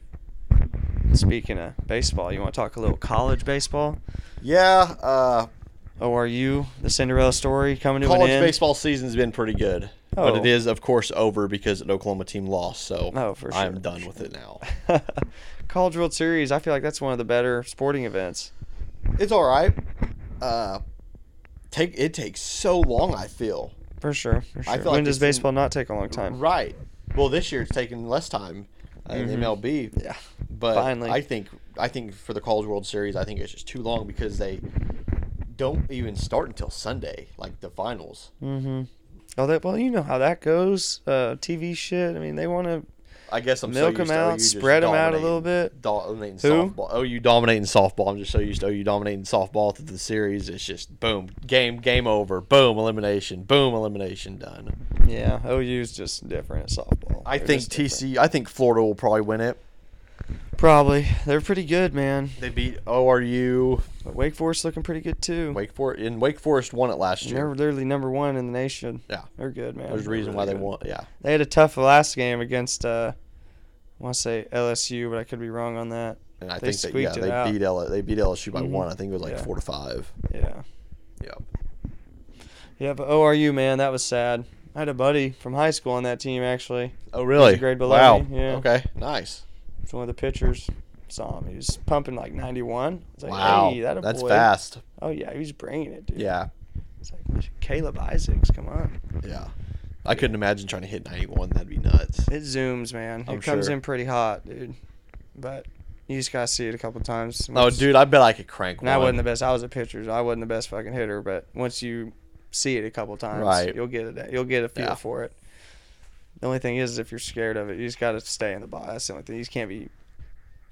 S1: Speaking of baseball, you want to talk a little college baseball?
S2: Yeah. Uh,
S1: Oh, are you the Cinderella story coming to
S2: college
S1: an end?
S2: baseball season's been pretty good, but
S1: Oh.
S2: it is, of course, over because an Oklahoma team lost. So
S1: Oh, for
S2: I'm
S1: sure,
S2: done
S1: for
S2: with it now.
S1: college World Series. I feel like that's one of the better sporting events.
S2: It's all right. Uh, take it takes so long. I feel
S1: For sure. For sure.
S2: I feel
S1: when
S2: like
S1: does
S2: it's in-
S1: baseball not take a long time?
S2: right. Well, this year it's taking less time uh, in MLB.
S1: Mm-hmm. Yeah.
S2: But
S1: Finally.
S2: I think I think for the College World Series, I think it's just too long because they don't even start until Sunday, like the finals.
S1: Mm-hmm. Oh, that. Well, you know how that goes. Uh, TV shit. I mean, they want to.
S2: I guess I'm
S1: Milk
S2: so
S1: 'em
S2: used to
S1: out,
S2: OU just
S1: spread 'em out a little
S2: dominating-
S1: bit.
S2: Dominating
S1: Who?
S2: softball. OU dominating softball. I'm just so used to OU dominating softball through the series. It's just boom, game, game over, boom, elimination, boom, elimination done.
S1: Yeah. OU's just different at softball.
S2: I
S1: They're
S2: think
S1: just different.
S2: TC. I think Florida will probably win it.
S1: Probably. They're pretty good, man.
S2: They beat ORU.
S1: But Wake Forest looking pretty good too.
S2: Wake Forest and Wake Forest won it last
S1: They're
S2: year.
S1: literally number one in the nation.
S2: Yeah,
S1: They're good, man.
S2: there's a
S1: They're
S2: reason why
S1: really
S2: they
S1: good.
S2: won. Yeah,
S1: They had a tough last game against, uh, I want to say LSU, but I could be wrong on that.
S2: and I
S1: They
S2: think that yeah
S1: squeaked it
S2: they
S1: out.
S2: beat L they beat LSU by
S1: Mhm.
S2: one. I think it was like
S1: Yeah.
S2: four to five.
S1: Yeah.
S2: Yeah,
S1: Yeah, but ORU, man, that was sad. I had a buddy from high school on that team, actually.
S2: Oh really?
S1: grade below
S2: wow.
S1: me, yeah.
S2: Okay. Nice.
S1: It's one of the pitchers. Saw him. He was pumping like 91. I was like,
S2: wow.
S1: hey, that a
S2: That's
S1: boy.
S2: fast.
S1: Oh, yeah, he was bringing it, dude.
S2: Yeah.
S1: It's like, Caleb Isaacs, come on.
S2: Yeah. I couldn't imagine trying to hit 91. That'd be nuts.
S1: It zooms, man.
S2: I'm
S1: it comes
S2: sure.
S1: in pretty hot, dude. But you just got to see it a couple times.
S2: Oh,
S1: Once-
S2: dude, I bet I could crank
S1: And
S2: one.
S1: I wasn't the best. I was a pitcher. so I wasn't the best fucking hitter. But once you see it a couple times,
S2: Right.
S1: you'll get it. You'll get a feel
S2: Yeah.
S1: for it. The only thing is, if you're scared of it, you just got to stay in the box. That's the only thing. You just can't be.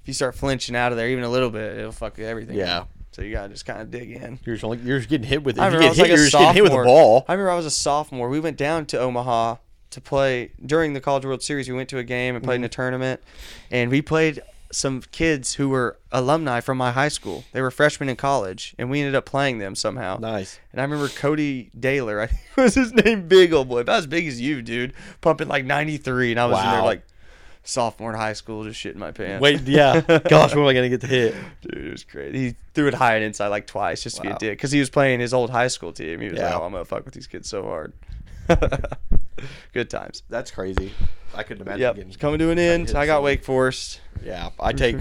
S1: If you start flinching out of there even a little bit, it'll fuck everything.
S2: Yeah.
S1: up. So you gotta just kind of dig in.
S2: You're just, only, you're just getting hit with.
S1: I
S2: If you
S1: remember I was
S2: get hit,
S1: like a
S2: you're just getting hit with a
S1: sophomore.
S2: ball.
S1: I remember I was a sophomore. We went down to Omaha to play during the College World Series. We went to a game and played
S2: Mm-hmm.
S1: in a tournament, and we played some kids who were alumni from my high school. They were freshmen in college, and we ended up playing them somehow.
S2: Nice.
S1: And I remember Cody Daler, I think was his name, big old boy, about as big as you, dude, pumping like 93, and I was in there
S2: Wow.
S1: like sophomore in high school, just shitting my pants.
S2: Wait, yeah. Gosh, when am I gonna get the hit?
S1: Dude, it was crazy. He threw it high and inside like twice just to be a
S2: Wow.
S1: dick because he was playing his old high school team. He was
S2: Yeah.
S1: like, "Oh, I'm gonna fuck with these kids so hard." Good times.
S2: That's crazy. I couldn't imagine
S1: Yep,
S2: getting.
S1: coming to an end.
S2: hit
S1: I got
S2: something.
S1: Wake Forest.
S2: Yeah, I take.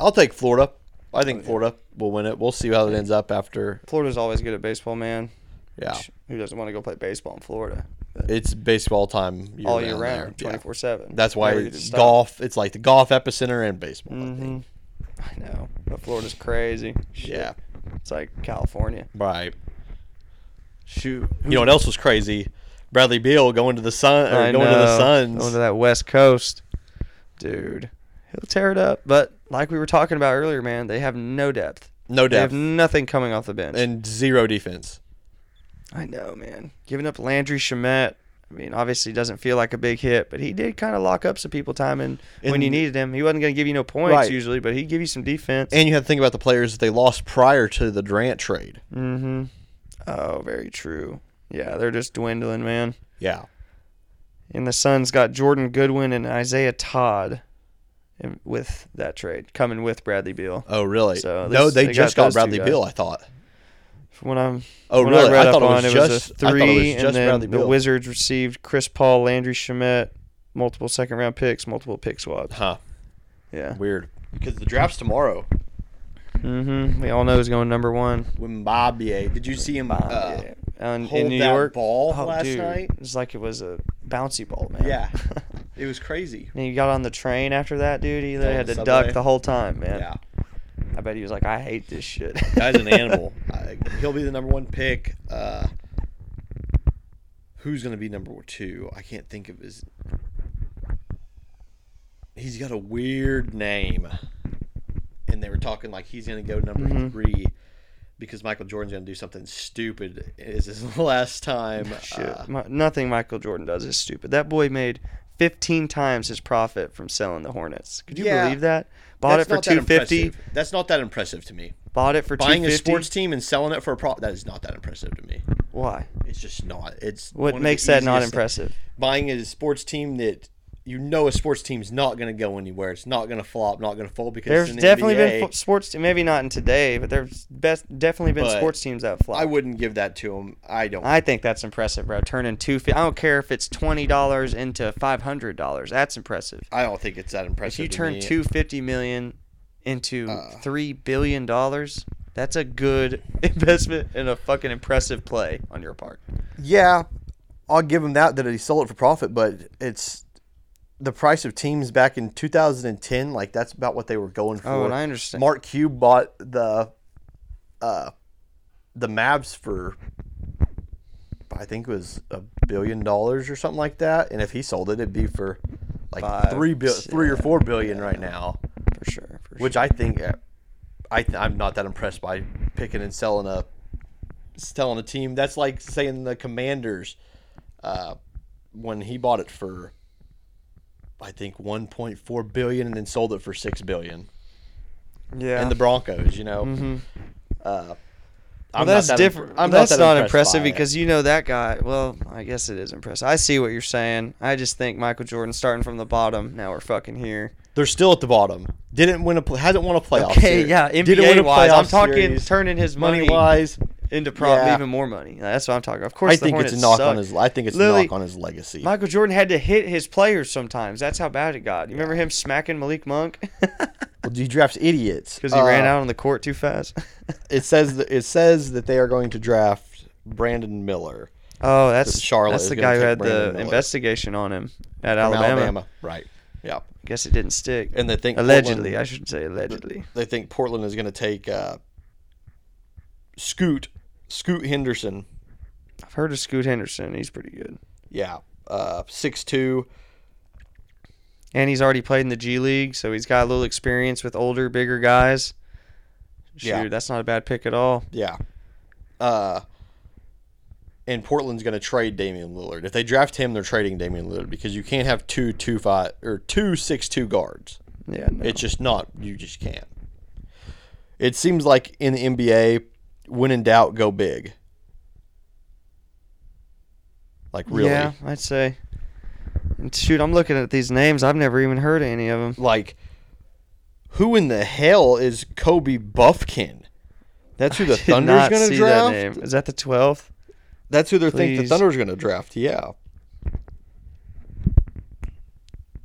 S2: I'll take Florida. I think Florida will win it. We'll see how it ends up after.
S1: Florida's always good at baseball, man.
S2: Yeah,
S1: Who doesn't want to go play baseball in Florida
S2: it's baseball time year
S1: all year
S2: there.
S1: round,
S2: Yeah.
S1: twenty four seven?
S2: That's why it's golf. It's like the golf epicenter and baseball. I think.
S1: hmm I know, but Florida's crazy. Shit.
S2: Yeah.
S1: it's like California.
S2: Right.
S1: Shoot,
S2: You know what else was crazy? Bradley Beal going to the Sun or
S1: I
S2: going to the
S1: know.
S2: Suns.
S1: Going to that West Coast. Dude, he'll tear it up. But like we were talking about earlier, man, they have no depth.
S2: no
S1: They have
S2: depth
S1: nothing coming off the bench.
S2: and zero defense.
S1: I know, man. Giving up Landry Shamet. I mean, obviously doesn't feel like a big hit, but he did kind of lock up some people time and when
S2: And-
S1: you needed him. He wasn't going to give you no points
S2: Right.
S1: usually, but he'd give you some defense.
S2: And you have to think about the players that they lost prior to the Durant trade.
S1: mm-hmm. Oh, very true. Yeah, they're just dwindling, man.
S2: Yeah.
S1: And the Suns got Jordan Goodwin and Isaiah Todd in- with that trade, coming with Bradley Beal.
S2: Oh, really?
S1: So at
S2: no,
S1: least
S2: they,
S1: they
S2: just
S1: got
S2: got
S1: those two
S2: Bradley
S1: guys.
S2: Beal. I thought.
S1: From what I'm
S2: Oh,
S1: when
S2: really?
S1: I read
S2: I
S1: up
S2: thought,
S1: on, it was
S2: just,
S1: a
S2: I thought
S1: three,
S2: it was
S1: and
S2: just
S1: then
S2: Bradley
S1: the
S2: Beal.
S1: Wizards received Chris Paul, Landry Shamet, multiple second round picks, multiple pick swaps.
S2: Huh?
S1: Yeah.
S2: Weird. Because the draft's tomorrow.
S1: Mm-hmm. We all know who's going number one.
S2: Wimbabier. Did you see him? Uh,
S1: Yeah. And in
S2: hold
S1: New
S2: that
S1: York, Oh,
S2: ball last
S1: dude,
S2: night?
S1: it was like it was a bouncy ball, man.
S2: Yeah. It was crazy.
S1: and he got on the train after that, dude. He literally
S2: On
S1: had
S2: the
S1: to duck
S2: subway.
S1: the whole time, man.
S2: Yeah.
S1: I bet he was like, "I hate this shit."
S2: Guy's an animal. I, he'll be the number one pick. Uh, who's going to be number two? I can't think of his. He's got a weird name, and they were talking like he's going to go number
S1: Mm-hmm.
S2: three because Michael Jordan's going to do something stupid. Is his last time?
S1: Shit,
S2: uh,
S1: Mi- nothing Michael Jordan does is stupid. That boy made 15 times his profit from selling the Hornets. Could you
S2: Yeah.
S1: believe that? Bought it
S2: that's
S1: for
S2: not that
S1: 250.
S2: impressive. That's not that impressive to me.
S1: Bought it for
S2: Buying a
S1: 250.
S2: sports team and selling it for a profit, that is not that impressive to me.
S1: Why?
S2: It's just not. It's one
S1: What
S2: of the
S1: makes that not
S2: easiest-
S1: impressive?
S2: Buying a sports team that you know a sports team's not going to go anywhere. It's not going to flop. Not going to fold because
S1: There's
S2: it's in the
S1: definitely
S2: NBA.
S1: been fo- sports, te- maybe not in today, but there's best definitely been
S2: But
S1: sports teams that flop.
S2: I wouldn't give that to him. I don't.
S1: I think that's impressive, bro. Turning two, fi- I don't care if it's twenty dollars into five hundred dollars. That's impressive.
S2: I don't think it's that
S1: If
S2: impressive.
S1: you
S2: to
S1: turn
S2: me.
S1: two fifty million into
S2: Uh.
S1: three billion dollars, that's a good investment and a fucking impressive play on your part.
S2: Yeah, I'll give him that that he sold it for profit, but it's the price of teams back in 2010. Like that's about what they were going for.
S1: Oh, and I understand.
S2: Mark Cube bought the uh the Mavs for I think it was a billion dollars or something like that, and if he sold it, it'd be for like
S1: Five,
S2: three bil- three or
S1: yeah,
S2: four billion right now.
S1: for sure. For
S2: Which I think, uh, I th- I'm not that impressed by picking and selling a selling a team. That's like saying the Commanders, uh, when he bought it for, I think 1.4 billion and then sold it for six billion.
S1: sure. Yeah. Mm-hmm.
S2: And the Broncos, you know, uh, I'm
S1: Well, that's
S2: not that impre-
S1: different.
S2: I'm
S1: that's
S2: not, that
S1: not
S2: impressed
S1: impressive
S2: by it.
S1: because you know that guy. Well, I guess it is impressive. I see what you're saying. I just think Michael Jordan starting from the bottom. Now we're fucking here.
S2: they're still at the bottom. Didn't win a pl- hasn't won a playoff.
S1: Okay,
S2: series.
S1: yeah.
S2: Didn't win a
S1: NBA wise, I'm
S2: playoff
S1: talking
S2: series.
S1: turning his money,
S2: money wise.
S1: into prop
S2: Yeah.
S1: even more money. That's what I'm talking. Of course,
S2: I
S1: the
S2: think
S1: Hornets
S2: it's a knock
S1: suck.
S2: on his. I think it's
S1: Literally,
S2: a knock on his legacy.
S1: Michael Jordan had to hit his players sometimes. That's how bad it got. You remember him smacking Malik Monk because
S2: Well, he drafts idiots
S1: he
S2: Uh,
S1: ran out on the court too fast.
S2: It says that it says that they are going to draft Brandon Miller
S1: oh, that's
S2: Charlotte
S1: That's
S2: is
S1: the
S2: gonna
S1: guy who
S2: take
S1: had the
S2: Brandon Miller.
S1: investigation on him at
S2: from
S1: Alabama.
S2: Alabama. Right. Yeah.
S1: I guess it didn't stick.
S2: And they think
S1: allegedly, I
S2: Portland,
S1: should say allegedly.
S2: they think Portland is going to take uh, Scoot Scoot Henderson.
S1: I've heard of Scoot Henderson. He's pretty good,
S2: Yeah. Uh, six two.
S1: and he's already played in the G League, so he's got a little experience with older, bigger guys. Shoot,
S2: Yeah.
S1: that's not a bad pick at all.
S2: Yeah. Uh, and Portland's going to trade Damian Lillard. If they draft him, they're trading Damian Lillard because you can't have two two five or two six two guards.
S1: Yeah, no.
S2: It's just not. You just can't. It seems like in the NBA, when in doubt, go big. Like really,
S1: Yeah, I'd say. And shoot, I'm looking at these names. I've never even heard of any of them.
S2: like who in the hell is Kobe Buffkin? That's who the Thunder's going to draft.
S1: Is that the 12th?
S2: That's who they are think the
S1: Please.
S2: Thunder's going to draft. Yeah,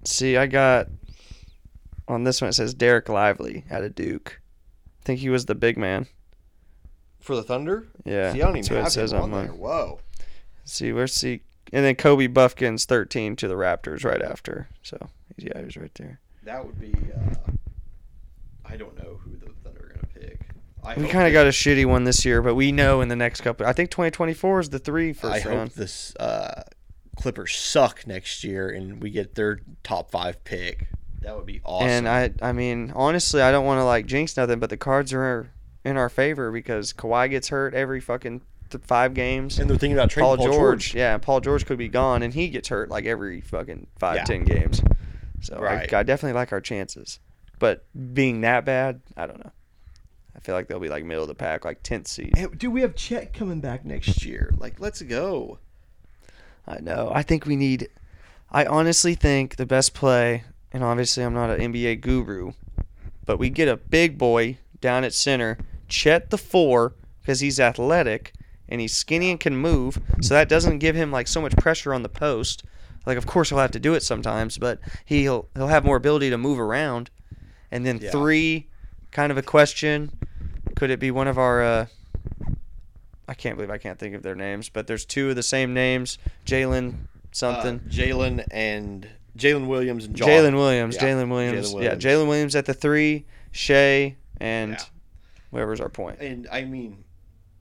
S1: See, I got on this one. It says Derek Lively out of Duke. I think he was the big man.
S2: for the Thunder.
S1: Yeah,
S2: See, I don't
S1: that's
S2: even
S1: what
S2: have
S1: it says
S2: him
S1: on
S2: on
S1: mine.
S2: there. Whoa.
S1: See, where's see, and then Kobe Buffkin's 13 to the Raptors right after. So yeah, he was right there.
S2: That would be. Uh, I don't know who the Thunder are going to pick. I
S1: We
S2: hope
S1: kind
S2: they-
S1: of got a shitty one this year, but we know in the next couple. I think 2024 is the three
S2: I
S1: first
S2: hope
S1: round.
S2: this uh, Clippers suck next year and we get their top five pick. That would be awesome.
S1: And I, I mean, honestly, I don't want to like jinx nothing, but the cards are in our favor because Kawhi gets hurt every fucking th- five games.
S2: and they're thinking about trading
S1: Paul, George, yeah, Paul George could be gone, and he gets hurt like every fucking five,
S2: Yeah.
S1: ten games. So
S2: Right.
S1: I, I definitely like our chances, but being that bad, I don't know. I feel like they'll be like middle of the pack, like tenth seed.
S2: Hey, eh, dude, we have Chet coming back next year. Like, let's go.
S1: I know. I think we need. I honestly think the best play, and obviously I'm not an NBA guru, but we get a big boy down at center, Chet the four, because he's athletic and he's skinny and can move, so that doesn't give him like so much pressure on the post. Like, of course he'll have to do it sometimes, but he'll he'll have more ability to move around. And then
S2: Yeah.
S1: three, kind of a question. Could it be one of our? Uh, I can't believe I can't think of their names, but there's two of the same names: Jalen something,
S2: Uh, Jalen and Jalen Williams and John.
S1: Jalen Williams,
S2: Yeah,
S1: Jalen Williams,
S2: Jalen
S1: yeah, Jalen Williams at the three, Shea and
S2: Yeah.
S1: whoever's our point.
S2: And I mean,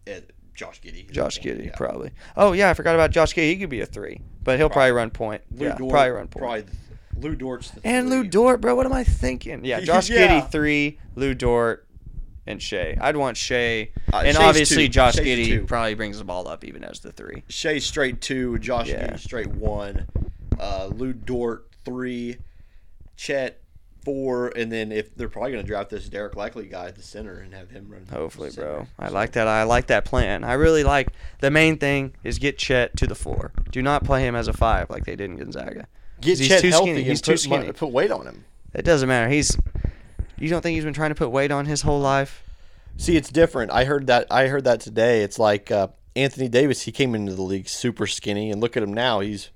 S2: it, eh, Josh Giddy.
S1: Josh Giddy,
S2: Yeah.
S1: probably. Oh yeah, I forgot about Josh Giddy. He could be a three, but he'll probably, run point.
S2: Lou
S1: yeah,
S2: Dort,
S1: probably run point.
S2: Probably th- Lou Dort's the
S1: and Lou
S2: three.
S1: Dort, bro. What am I thinking? Yeah, Josh
S2: Yeah.
S1: Giddy three, Lou Dort, and Shea. I'd want Shea,
S2: Uh,
S1: and
S2: Shea's
S1: obviously
S2: two.
S1: Josh
S2: Shea's
S1: Giddy
S2: two.
S1: probably brings the ball up even as the three.
S2: Shea straight two, Josh
S1: Yeah.
S2: Giddy straight one, uh, Lou Dort three, Chet four, and then if they're probably going to draft this Derek Likely guy at the center and have him run.
S1: Hopefully,
S2: center.
S1: bro. I like that. I like that plan. I really like the main thing is get Chet to the four. Do not play him as a five like they did in Gonzaga.
S2: Get
S1: 'Cause he's
S2: Chet
S1: too
S2: healthy
S1: skinny.
S2: and
S1: He's
S2: put,
S1: too skinny.
S2: mon- put weight on him.
S1: It doesn't matter. He's. You don't think he's been trying to put weight on his whole life?
S2: See, it's different. I heard that. I heard that today. It's like uh, Anthony Davis. He came into the league super skinny, and look at him now. He's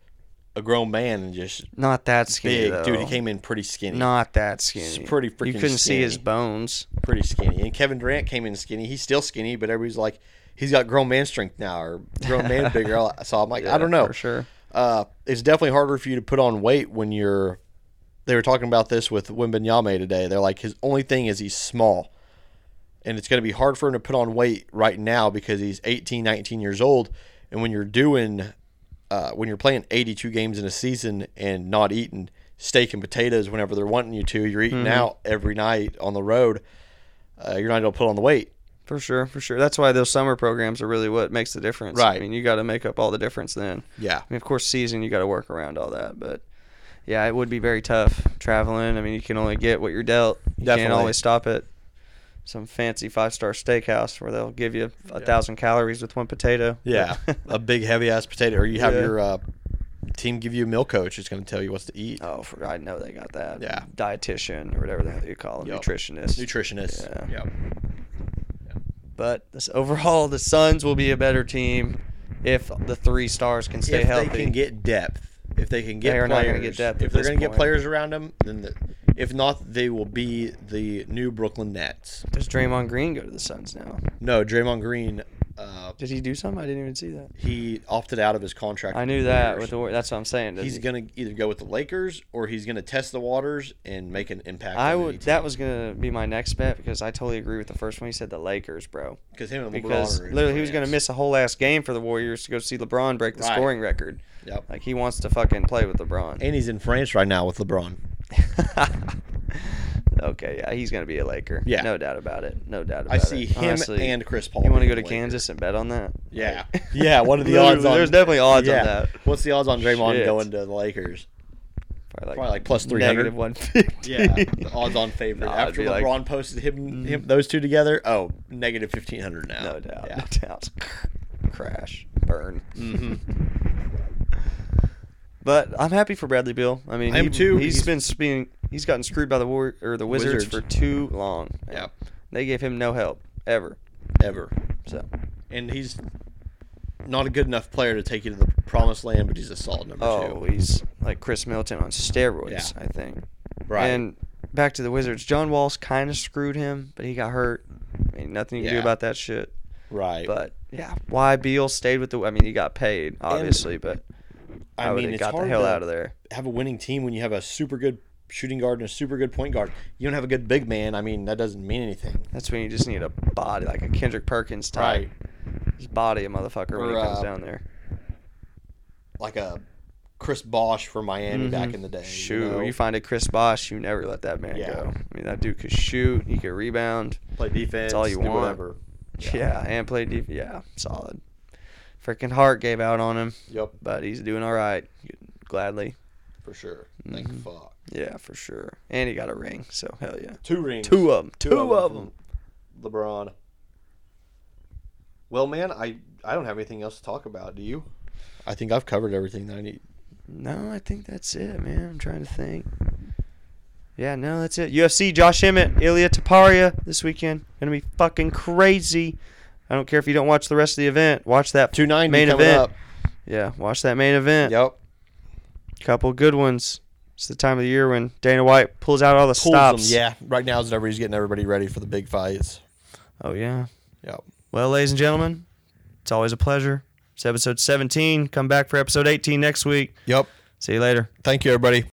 S2: a grown man and just
S1: Not that skinny,
S2: big, dude. He
S1: though.
S2: came in pretty skinny,
S1: Not that skinny.
S2: pretty
S1: You
S2: freaking
S1: couldn't see his
S2: skinny.
S1: bones.
S2: pretty skinny. And Kevin Durant came in skinny. He's still skinny, but everybody's like, he's got grown man strength now or grown man bigger. So I'm like, I
S1: Yeah,
S2: don't know.
S1: for sure.
S2: Uh, it's definitely harder for you to put on weight when you're. They were talking about this with Wimbenyame today. They're like, his only thing is he's small. And it's going to be hard for him to put on weight right now because he's 18, 19 years old. And when you're doing, uh, when you're playing 82 games in a season and not eating steak and potatoes whenever they're wanting you to, you're eating out every night on the road, uh, you're not able to put on the weight.
S1: For sure, for sure. That's why those summer programs are really what makes the difference. I
S2: Right.
S1: mean, you got to make up all the difference then.
S2: Yeah.
S1: I mean, of course, season you got to work around all that, but yeah, it would be very tough traveling. I mean, you can only get what you're dealt. You can't
S2: Definitely.
S1: always stop at some fancy five star steakhouse where they'll give you a thousand calories with one potato.
S2: Yeah, a big heavy ass potato, or you have
S1: Yeah.
S2: your uh, team give you a meal coach. It's going to tell you what to eat.
S1: oh, for, I know they got that.
S2: Yeah.
S1: Dietitian or whatever the hell you call them,
S2: Yep.
S1: nutritionist.
S2: Nutritionist.
S1: Yeah.
S2: Yep.
S1: but this, overall, the Suns will be a better team if the three stars can stay
S2: if
S1: healthy.
S2: they can get depth, if they can get
S1: They are not
S2: players,
S1: gonna get depth
S2: if
S1: at
S2: they're
S1: this
S2: going to get
S1: point.
S2: players around them, then the, if not, they will be the new Brooklyn Nets.
S1: Does Draymond Green go to the Suns now?
S2: No, Draymond Green, uh,
S1: Did he do something? I didn't even see that.
S2: he opted out of his contract.
S1: I
S2: with
S1: knew
S2: the
S1: that
S2: Warriors.
S1: with the Warriors. That's what I'm saying.
S2: He's
S1: Does-
S2: going to either go with the Lakers or he's going to test the waters and make an impact.
S1: I would. That was gonna be my next bet because I totally agree with the first one. He said the Lakers, bro.
S2: because him and LeBron
S1: Because
S2: are in
S1: literally, he was gonna
S2: France.
S1: miss a whole ass game for the Warriors to go see LeBron break the
S2: Right.
S1: scoring record.
S2: Yep.
S1: Like he wants to fucking play with LeBron.
S2: And he's in France right now with LeBron.
S1: okay, yeah, he's gonna be a Laker.
S2: Yeah.
S1: no doubt about it. No doubt about
S2: I
S1: it.
S2: see him
S1: Honestly,
S2: and Chris Paul.
S1: You want to
S2: being
S1: go to
S2: the
S1: Kansas and bet on that?
S2: Lakers. Yeah.
S1: Like-
S2: Yeah, what are the
S1: Literally,
S2: odds on
S1: There's definitely odds
S2: Yeah.
S1: on that.
S2: What's the odds on Draymond
S1: Shit.
S2: going to the Lakers?
S1: Probably like,
S2: Probably like plus 300.
S1: negative 150.
S2: Yeah, the odds on favorite.
S1: Nah, it'd
S2: After
S1: be like- Mm.
S2: LeBron posted him, him those two together, oh, negative 1500 now.
S1: No doubt.
S2: Yeah.
S1: No doubt. Crash. Burn.
S2: Mhm.
S1: But I'm happy for Bradley Beal. I mean,
S2: I am
S1: he,
S2: too.
S1: He's
S2: He's-
S1: been being he's gotten screwed by the war or the Wizards,
S2: Wizards.
S1: for too long.
S2: Yeah.
S1: They gave him no help ever.
S2: Ever.
S1: So
S2: And he's not a good enough player to take you to the promised land, but he's a solid number
S1: oh,
S2: two.
S1: he's like Chris Milton on steroids,
S2: Yeah.
S1: I think.
S2: Right.
S1: And back to the Wizards. John Wall's kind of screwed him, but he got hurt. I mean, nothing you can do
S2: Yeah.
S1: about that shit.
S2: right.
S1: But yeah, why Beal stayed with the? I mean, he got paid obviously, but I,
S2: I
S1: would
S2: mean,
S1: have
S2: it's
S1: got the
S2: hard
S1: hell
S2: to-
S1: out of there.
S2: have a winning team when you have a super good shooting guard and a super good point guard. You don't have a good big man. I mean, that doesn't mean anything.
S1: That's when you just need a body, like a Kendrick Perkins type. Just body a motherfucker when he
S2: Or,
S1: comes
S2: uh,
S1: down there.
S2: Like a Chris Bosch from Miami back in the day. you
S1: Mm-hmm. Shoot, you,
S2: know?
S1: find a Chris Bosch, you never let that man
S2: Yeah.
S1: go. I mean, that dude could shoot, he could rebound.
S2: play defense.
S1: all you
S2: do
S1: want.
S2: Whatever.
S1: Yeah, and play deep. Yeah, solid. Freaking heart gave out on him,
S2: Yep,
S1: but he's doing all right. Gladly.
S2: for sure. Thank
S1: Mm-hmm.
S2: fuck.
S1: Yeah, for sure. And he got a ring, so hell yeah.
S2: Two rings.
S1: Two of them. Two, of
S2: from
S1: them.
S2: LeBron. Well, man, I I don't have anything else to talk about. Do you? I think I've covered everything that I need.
S1: No, I think that's it, man. I'm trying to think. Yeah, no, that's it. UFC, Josh Emmett, Ilya Taparia this weekend. Gonna be fucking crazy. I don't care if you don't watch the rest of the event. Watch that
S2: Two ninety
S1: main
S2: coming
S1: event.
S2: up.
S1: Yeah, watch that main event.
S2: Yep.
S1: Couple good ones. It's the time of the year when Dana White pulls out all the
S2: Pulls 'em,
S1: stops.
S2: Yeah. Right now is whenever he's getting everybody ready for the big fights.
S1: Oh yeah.
S2: Yep.
S1: Well, ladies and gentlemen, it's always a pleasure. It's episode 17. Come back for episode 18 next week.
S2: Yep.
S1: See you later.
S2: Thank you, everybody.